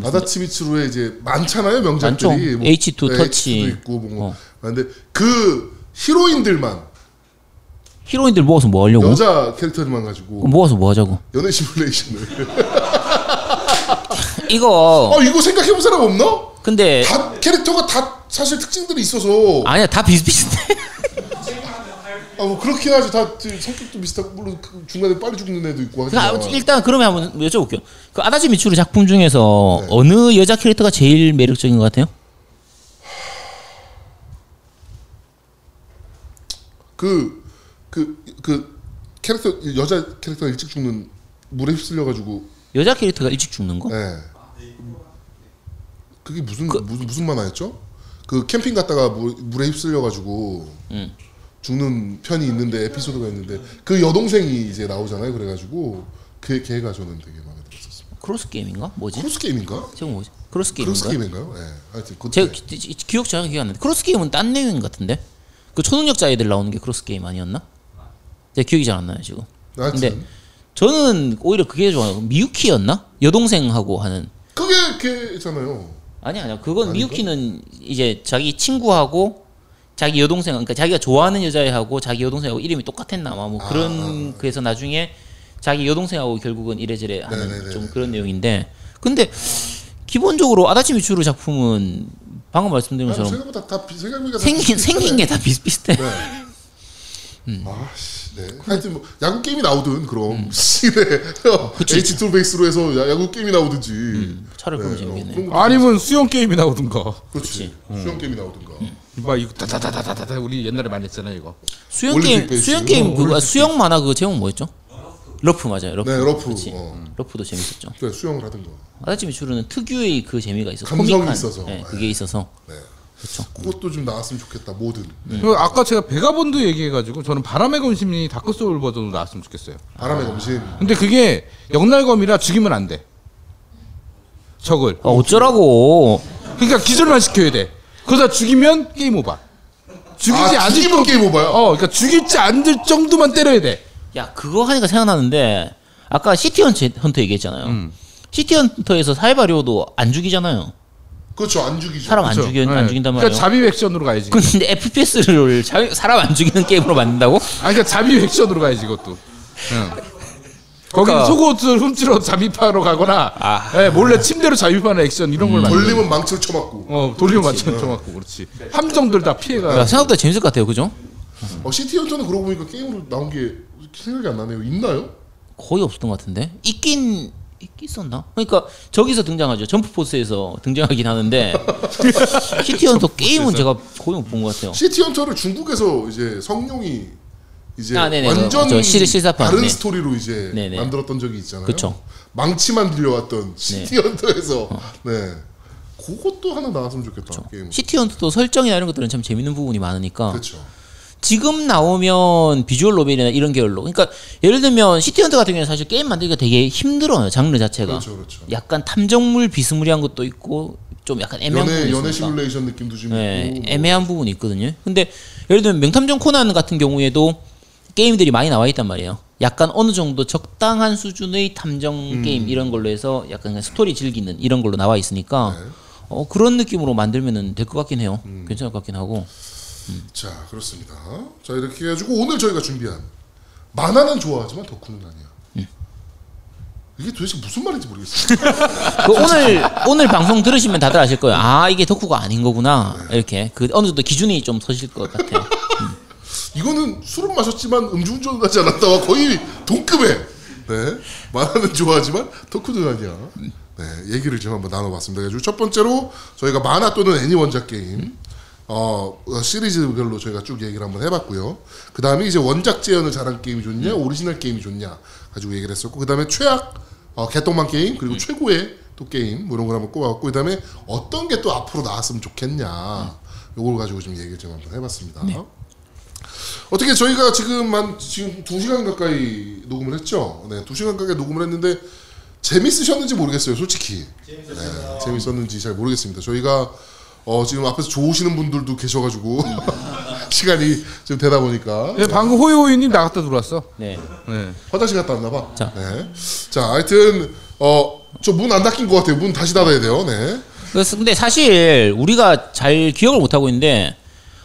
S1: 아다치미츠루의 이제 많잖아요 명작들이.
S2: 많죠. H2
S1: 네,
S2: 터치.
S1: H2도 있고 뭐.
S2: 어.
S1: 근데 그 히로인들만
S2: 히로인들 모아서 뭐 하려고?
S1: 여자 캐릭터들만 가지고
S2: 모아서 뭐 하자고?
S1: 연애 시뮬레이션을.
S2: 이거
S1: 아 이거 생각해본 사람 없나?
S2: 근데
S1: 다 캐릭터가 다 사실 특징들이 있어서
S2: 아니야 다 비슷비슷해.
S1: 아 뭐 그렇긴 하지 다 지- 성격도 비슷하고 물론 그 중간에 빨리 죽는 애도 있고
S2: 그, 아,
S1: 하지만
S2: 일단 그러면 한번 여쭤볼게요. 그 아다지 미추루 작품 중에서
S1: 네.
S2: 어느 여자 캐릭터가 제일 매력적인 것 같아요?
S1: 그 그, 그 캐릭터 여자 캐릭터가 일찍 죽는 물에 휩쓸려 가지고
S2: 여자 캐릭터가 일찍 죽는 거?
S1: 예. 그게 무슨 무슨 무슨 만화였죠? 그 캠핑 갔다가 물, 물에 휩쓸려 가지고 죽는 편이 있는데 에피소드가 있는데 그 여동생이 이제 나오잖아요. 그래 가지고 그 걔가 저는 되게 마음에 들었었어요.
S2: 크로스 게임인가? 뭐지?
S1: 크로스 게임인가?
S2: 제목 뭐지? 크로스
S1: 크로스
S2: 게임인가?
S1: 게임인가요? 예. 하여튼 그
S2: 제가 기, 기- 기억 잘 기억 안 나는데 그러니까 크로스 게임은 딴 내용 같은데 그 초능력자 애들 나오는 게 크로스 게임 아니었나? 제 기억이 잘 안 나요 지금.
S1: 하여튼
S2: 근데 저는 오히려 그게 좋아요. 미유키였나? 여동생하고 하는
S1: 그게 그 있잖아요.
S2: 아니 아니야. 그건 미유키는 이제 자기 친구하고 자기 여동생 그러니까 자기가 좋아하는 여자애하고 자기 여동생하고 이름이 똑같았나 아마 뭐 그런 그래서 나중에 자기 여동생하고 결국은 이래저래 하는
S1: 네네네.
S2: 좀 그런 내용인데 근데 기본적으로 아다치 미추루 작품은 방금 말씀드린
S1: 아니,
S2: 것처럼
S1: 생각보다 다 비- 생각보다 다
S2: 생긴 음.
S1: 비슷비슷하네.
S2: 생긴 게 다 비슷비슷해.
S1: 네. 아씨, 네. 하여튼 뭐 야구 게임이 나오든
S2: 음.
S1: 그럼 씨, 네. H2 베이스로 해서 야- 야구 게임이 나오든지.
S2: 어, 음.
S1: 어,
S2: 차라리 그러면 재밌겠네. 음.
S1: 그런 거
S5: 아니면 수영 게임이 나오든가.
S1: 그렇지. 수영 게임이 나오든가.
S5: 막 이거 다다다다다다 우리 옛날에 많이 했잖아 이거.
S2: 수영
S1: 올림픽
S2: 게임
S1: 베이스.
S2: 수영 게임 그거 아, 수영 만화 그 제목 뭐였죠? 러프 맞아요. 러프.
S1: 네, 러프.
S2: 그렇지.
S1: 어.
S2: 러프도 재밌었죠.
S1: 그래, 수영을 하든가.
S2: 아다치 미추루는 특유의 그 재미가 있어.
S1: 감성이 있어서.
S2: 네, 그게 있어서.
S1: 그것도 좀 나왔으면 좋겠다. 뭐든.
S2: 네.
S5: 그 아까 제가 베가본드 얘기해가지고 저는 바람의 검심이 다크소울 버전으로 나왔으면 좋겠어요.
S1: 바람의 검신.
S5: 근데 그게 영날검이라 죽이면 안 돼. 적을.
S2: 아, 어쩌라고.
S5: 그러니까 기절만 시켜야 돼. 그러다 죽이면 게임 오버. 죽이지
S1: 아,
S5: 않을
S1: 죽이면
S5: 정-
S1: 게임 오버요?
S5: 어, 그러니까 죽이지 않을 정도만 때려야 돼.
S2: 야, 그거 하니까 생각나는데 아까 시티 헌- 헌터 얘기했잖아요.
S5: 음.
S2: 시티 헌터에서 사이바리오도 안 죽이잖아요.
S1: 그렇죠. 안 죽이죠.
S2: 사람 안
S5: 그렇죠?
S2: 죽이
S5: 네.
S2: 안 죽인단 말이에요.
S5: 그러니까 자비 액션으로 가야지.
S2: 근데 FPS를 사람 안 죽이는 게임으로 만든다고?
S5: 아, 그러니까 자비 액션으로 가야지 이것도. 응. 거기
S2: 그러니까- 아.
S5: 속옷을 훔치러 자비파로 가거나, 예, 몰래 침대로 자비파는 액션 이런 걸
S1: 음.
S5: 만들.
S1: 걸리면 망치를 쳐맞고.
S5: 어, 돌리면 맞춰 정확고 그렇지. 함정들 다
S2: 야,
S1: 그러니까
S5: 피해가.
S2: 생각보다 재밌을 것 같아요. 그죠?
S1: 어, 시티 헌터는 그러고 보니까 게임으로 나온 게 생각이 안 나네요. 있나요?
S2: 거의 없었던 것 같은데 있긴 있긴 있었나? 그러니까 저기서 등장하죠. 점프 포스에서 등장하긴 하는데 시티헌터 게임은 제가 거의 못 본 것 같아요.
S1: 시티 헌터를 중국에서 이제 성룡이 이제
S2: 아, 네네.
S1: 완전
S2: 저 실- 실사판,
S1: 음, 다른
S2: 네.
S1: 스토리로 이제
S2: 네네.
S1: 만들었던 적이 있잖아요.
S2: 그쵸. 네.
S1: 망치만 들려왔던 시티 헌터에서
S2: 어.
S1: 네 그것도 하나 나왔으면 좋겠다 게임.
S2: 시티헌터도 설정이나 이런 것들은 참 재밌는 부분이 많으니까
S1: 그렇죠.
S2: 지금 나오면 비주얼 노벨이나 이런 계열로 그러니까 예를 들면 시티헌터 같은 경우는 사실 게임 만들기가 되게 힘들어요 장르 자체가
S1: 그렇죠, 그렇죠.
S2: 약간 탐정물 비스무리한 것도 있고 좀 약간 애매한
S1: 연애
S2: 부분이
S1: 연애
S2: 있으니까.
S1: 시뮬레이션 느낌도 좀
S2: 네,
S1: 있고. 뭐.
S2: 애매한 부분이 있거든요. 근데 예를 들면 명탐정 코난 같은 경우에도 게임들이 많이 나와 있단 말이에요. 약간 어느 정도 적당한 수준의 탐정
S1: 음.
S2: 게임 이런 걸로 해서 약간 그냥 스토리 즐기는 이런 걸로 나와 있으니까
S1: 네.
S2: 어, 그런 느낌으로 만들면 될 것 같긴 해요.
S1: 음.
S2: 괜찮을 것 같긴 하고.
S1: 자 그렇습니다. 자
S2: 음.
S1: 이렇게 해가지고 오늘 저희가 준비한 만화는 좋아하지만 덕후는 아니야. 이게 도대체 무슨 말인지 모르겠어요.
S2: 그 오늘 오늘 방송 들으시면 다들 아실 거예요. 아 이게 덕후가 아닌 거구나
S1: 네.
S2: 이렇게 그 어느 정도 기준이 좀 서실 것 같아요.
S1: 이거는 술은 마셨지만 음주운전은 하지 않았다와 거의 동급에 네 만화는 좋아하지만 덕후는 아니야. 네 얘기를 지금 한번 나눠봤습니다. 그래서 첫 번째로 저희가 만화 또는 애니 원작 게임 어 시리즈별로 저희가 쭉 얘기를 한번 해봤고요. 그 다음에 이제 원작 재현을 잘한 게임이 좋냐 오리지널 게임이 좋냐 가지고 얘기를 했었고 그 다음에 최악 어, 개똥만 게임 그리고 최고의 또 게임 뭐 이런 걸 한번 꼽아봤고 그 다음에 어떤 게 또 앞으로 나왔으면 좋겠냐 요걸 가지고 지금 얘기를 좀 한번 해봤습니다.
S2: 네.
S1: 어떻게 저희가 지금 한 지금 두 시간 가까이 녹음을 했죠. 네, 두 시간 가까이 녹음을 했는데 재밌으셨는지 모르겠어요, 솔직히. 네, 재밌었어요. 재밌었는지 잘 모르겠습니다. 저희가 어, 지금 앞에서 좋으시는 분들도 계셔가지고 시간이 좀 되다 보니까
S5: 네, 방금 호요호이님 나갔다 들어왔어.
S2: 네.
S5: 네.
S1: 화장실 갔다 왔나 봐.
S2: 자.
S1: 네. 자, 하여튼 어, 저 문 안 닫힌 것 같아요. 문 다시 닫아야 돼요. 네.
S2: 그래서 근데 사실 우리가 잘 기억을 못 하고 있는데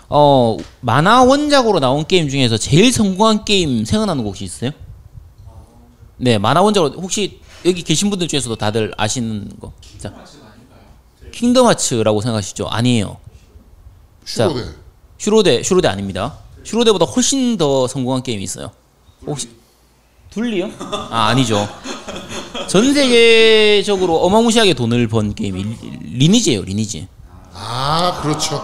S2: 어 만화 원작으로 나온 게임 중에서 제일 성공한 게임 생각나는 거 혹시 있어요? 네 만화 원작으로 혹시 여기 계신 분들 중에서도 다들 아시는 거? 자, 킹덤 하츠라고 생각하시죠? 아니에요. 자.
S1: 슈로데.
S2: 슈로데 슈로데 아닙니다. 슈로데보다 훨씬 더 성공한 게임이 있어요. 혹시 둘리요? 아 아니죠. 전 세계적으로 어마무시하게 돈을 번 게임이 리- 리니지예요. 리니지.
S1: 아, 그렇죠.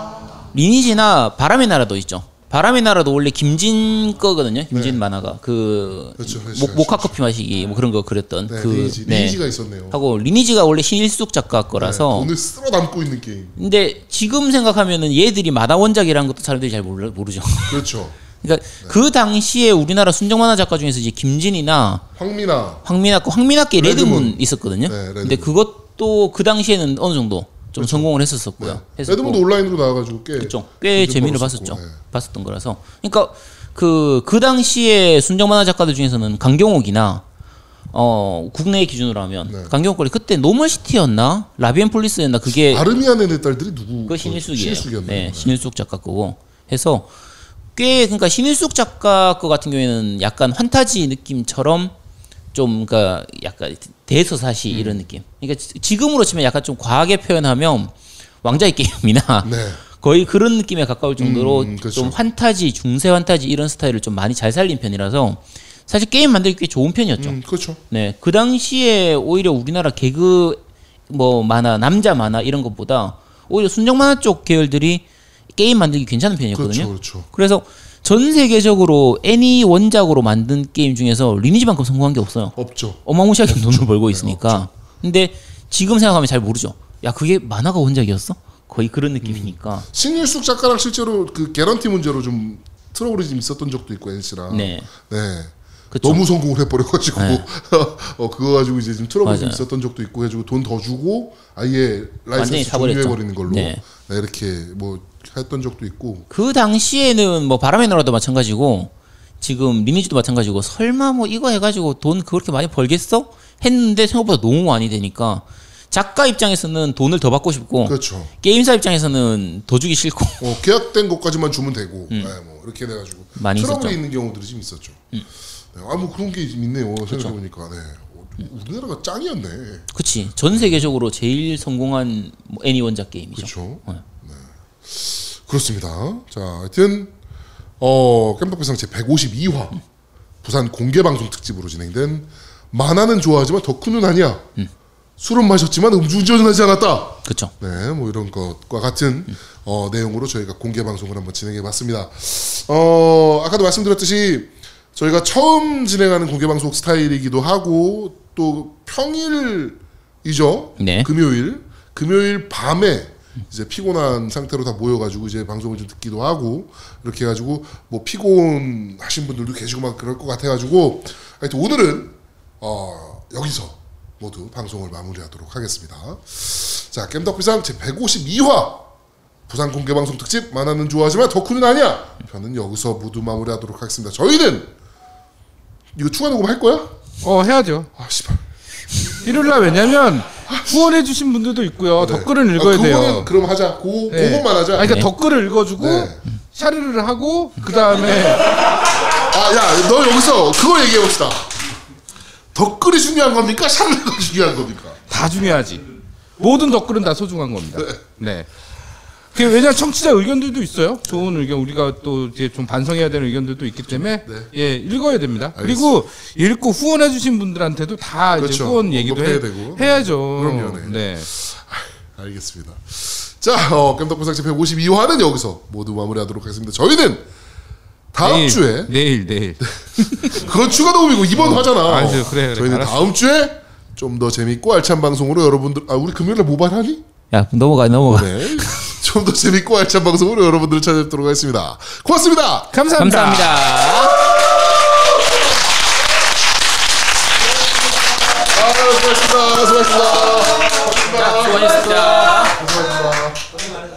S2: 리니지나 바람의 나라도 있죠. 바람의 나라도 원래 김진 거거든요. 김진 만화가 그
S1: 네. 그렇죠, 그렇죠,
S2: 목,
S1: 그렇죠.
S2: 모카 커피 마시기 뭐 그런 거 그랬던
S1: 네,
S2: 그
S1: 리니지,
S2: 네.
S1: 리니지가 있었네요.
S2: 하고 리니지가 원래 신일숙 작가
S1: 네,
S2: 거라서
S1: 오늘 쓸어 담고 있는 게임.
S2: 근데 지금 생각하면은 얘들이 만화 원작이라는 것도 사람들이 잘 몰라, 모르죠.
S1: 그렇죠.
S2: 그러니까 그 당시에 우리나라 순정 만화 작가 중에서 이제 김진이나
S1: 황미나
S2: 황민아 거 황민아께 레드문,
S1: 레드문.
S2: 있었거든요.
S1: 네, 레드문. 그렇죠.
S2: 근데 그것도 그 당시에는 어느 정도 좀 성공을 했었었고요. 했었고.
S1: 네. 레드문도 온라인으로 나와가지고 꽤
S2: 그렇죠. 꽤
S1: 요즘
S2: 재미를
S1: 벌었었고,
S2: 봤었죠.
S1: 네.
S2: 봤었던 거라서. 그러니까 그, 그 당시에 순정 만화 작가들 중에서는 강경옥이나 어, 국내 기준으로 하면
S1: 네.
S2: 강경옥 거리 그때 노멀시티였나? 라비엔폴리스였나? 그게
S1: 아르미아네네 딸들이 누구?
S2: 그 신일숙이에요.
S1: 신일숙이었네.
S2: 네, 신일숙 작가 거고 해서 꽤 그러니까 신일숙 작가 거 같은 경우에는 약간 환타지 느낌처럼 좀 그러니까 약간 대서사시
S1: 음.
S2: 이런 느낌. 그러니까 지- 지금으로 치면 약간 좀 과하게 표현하면 왕자의 게임이나
S1: 네.
S2: 거의 그런 느낌에 가까울 정도로
S1: 음, 그렇죠.
S2: 좀 환타지 중세 환타지 이런 스타일을 좀 많이 잘 살린 편이라서 사실 게임 만들기 꽤 좋은 편이었죠.
S1: 음, 그렇죠.
S2: 네, 그 당시에 오히려 우리나라 개그 뭐 만화, 남자 만화 이런 것보다 오히려 순정 만화 쪽 계열들이 게임 만들기 괜찮은
S1: 그렇죠.
S2: 편이었거든요.
S1: 그렇죠.
S2: 그래서전 세계적으로 애니 원작으로 만든 게임 중에서 리니지만큼 성공한 게 없어요.
S1: 없죠.
S2: 어마무시하게 돈을 벌고 있으니까. 근데 지금 생각하면 잘 모르죠. 야, 그게 만화가 원작이었어? 거의 그런 느낌이니까.
S1: 음. 신일숙 작가랑 실제로 그 개런티 문제로 좀 트러블이 좀 있었던 적도 있고 NC랑.
S2: 네.
S1: 네.
S2: 그쵸. 네.
S1: 너무 성공을 해버려가지고 어 그거 가지고 이제 지금 트러블이 좀
S2: 맞아요.
S1: 있었던 적도 있고 해가지고 돈 더 주고 아예
S2: 완전히
S1: 라이센스
S2: 사버렸죠.
S1: 종료해버리는 걸로
S2: 네.
S1: 네, 이렇게 뭐 했던 적도 있고
S2: 그 당시에는 뭐 바람의 나라도 마찬가지고 지금 리니지도 마찬가지고 설마 뭐 이거 해가지고 돈 그렇게 많이 벌겠어? 했는데 생각보다 너무 많이 되니까 작가 입장에서는 돈을 더 받고 싶고
S1: 그렇죠.
S2: 게임사 입장에서는 더 주기 싫고
S1: 어, 계약된 것까지만 주면 되고 네, 뭐 이렇게 돼가지고
S2: 음. 많이
S1: 트러블이
S2: 있었죠. 음.
S1: 있는 경우들이 좀 있었죠. 네, 아뭐 그런 게 좀 있네요. 생각해보니까 네. 어, 우리나라가 짱이었네.
S2: 그치 전 세계적으로 제일 성공한 뭐 애니 원작 게임이죠
S1: 그렇죠.
S2: 네.
S1: 네. 그렇습니다. 자, 하여튼 어 깜빡비상 제 152화 부산 공개 방송 특집으로 진행된 만화는 좋아하지만 덕후는 아니야. 술은 마셨지만 음주운전은 하지 않았다.
S2: 음. 그쵸 음.
S1: 네, 뭐 이런 것과 같은 어, 내용으로 저희가 공개 방송을 한번 진행해봤습니다. 어, 아까도 말씀드렸듯이 저희가 처음 진행하는 공개 방송 스타일이기도 하고 또 평일이죠.
S2: 네.
S1: 금요일 금요일 밤에 이제 피곤한 상태로 다 모여가지고 이제 방송을 좀 듣기도 하고 이렇게 해가지고 뭐 피곤하신 분들도 계시고 막 그럴 것 같아가지고 하여튼 오늘은 어, 여기서 모두 방송을 마무리하도록 하겠습니다. 자, 겜덕비상 제 152화 부산 공개 방송 특집 만화는 좋아하지만 덕후는 아니야. 편은 여기서 모두 마무리하도록 하겠습니다. 저희는 이거 추가 녹음 할 거야?
S5: 어 해야죠.
S1: 아 씨발.
S5: 일요일 날 왜냐면 후원해주신 분들도 있고요. 댓글을 읽어야
S1: 아, 그거는
S5: 돼요.
S1: 그럼 하자. 고
S5: 네.
S1: 그것만 하자.
S5: 아, 그러니까 댓글을 읽어주고
S1: 네.
S5: 샤르를 하고 그 다음에
S1: 아, 야, 너 여기서 그거 얘기해 봅시다. 댓글이 중요한 겁니까? 샤를리가 중요한 겁니까?
S5: 다 중요하지. 모든 덧글은 다 소중한 겁니다. 네. 그 왜냐 청취자 의견들도 있어요. 좋은 의견 우리가 또 이제 좀 반성해야 되는 의견들도 있기 때문에
S1: 네.
S5: 예 읽어야 됩니다. 그리고 읽고 후원해주신 분들한테도 다 이제
S1: 그렇죠.
S5: 후원 얘기도
S1: 언급해야
S5: 해,
S1: 되고.
S5: 해야죠.
S1: 그럼요, 아,
S5: 네.
S1: 알겠습니다. 자, 어, 깜덕보상 집회 52화는 여기서 모두 마무리하도록 하겠습니다. 저희는 다음
S5: 내일,
S1: 주에
S5: 내일 내일
S1: 그건 추가 녹음이고 이번 화잖아.
S5: 알았어, 그래, 그래.
S1: 저희는
S5: 알았어.
S1: 다음 주에 좀 더 재밌고 알찬 방송으로 여러분들 아 우리 금요일에 모바일 하니?
S2: 야 넘어가 넘어가.
S1: 네. 좀 더 재밌고 알찬 방송으로 여러분들을 찾아뵙도록 하겠습니다. 고맙습니다.
S2: 감사합니다.
S1: 아, 수고하셨습니다. 수고하셨습니다.
S2: 수고하셨습니다.
S1: 수고하셨습니다.
S4: 고생 많으셨습니다.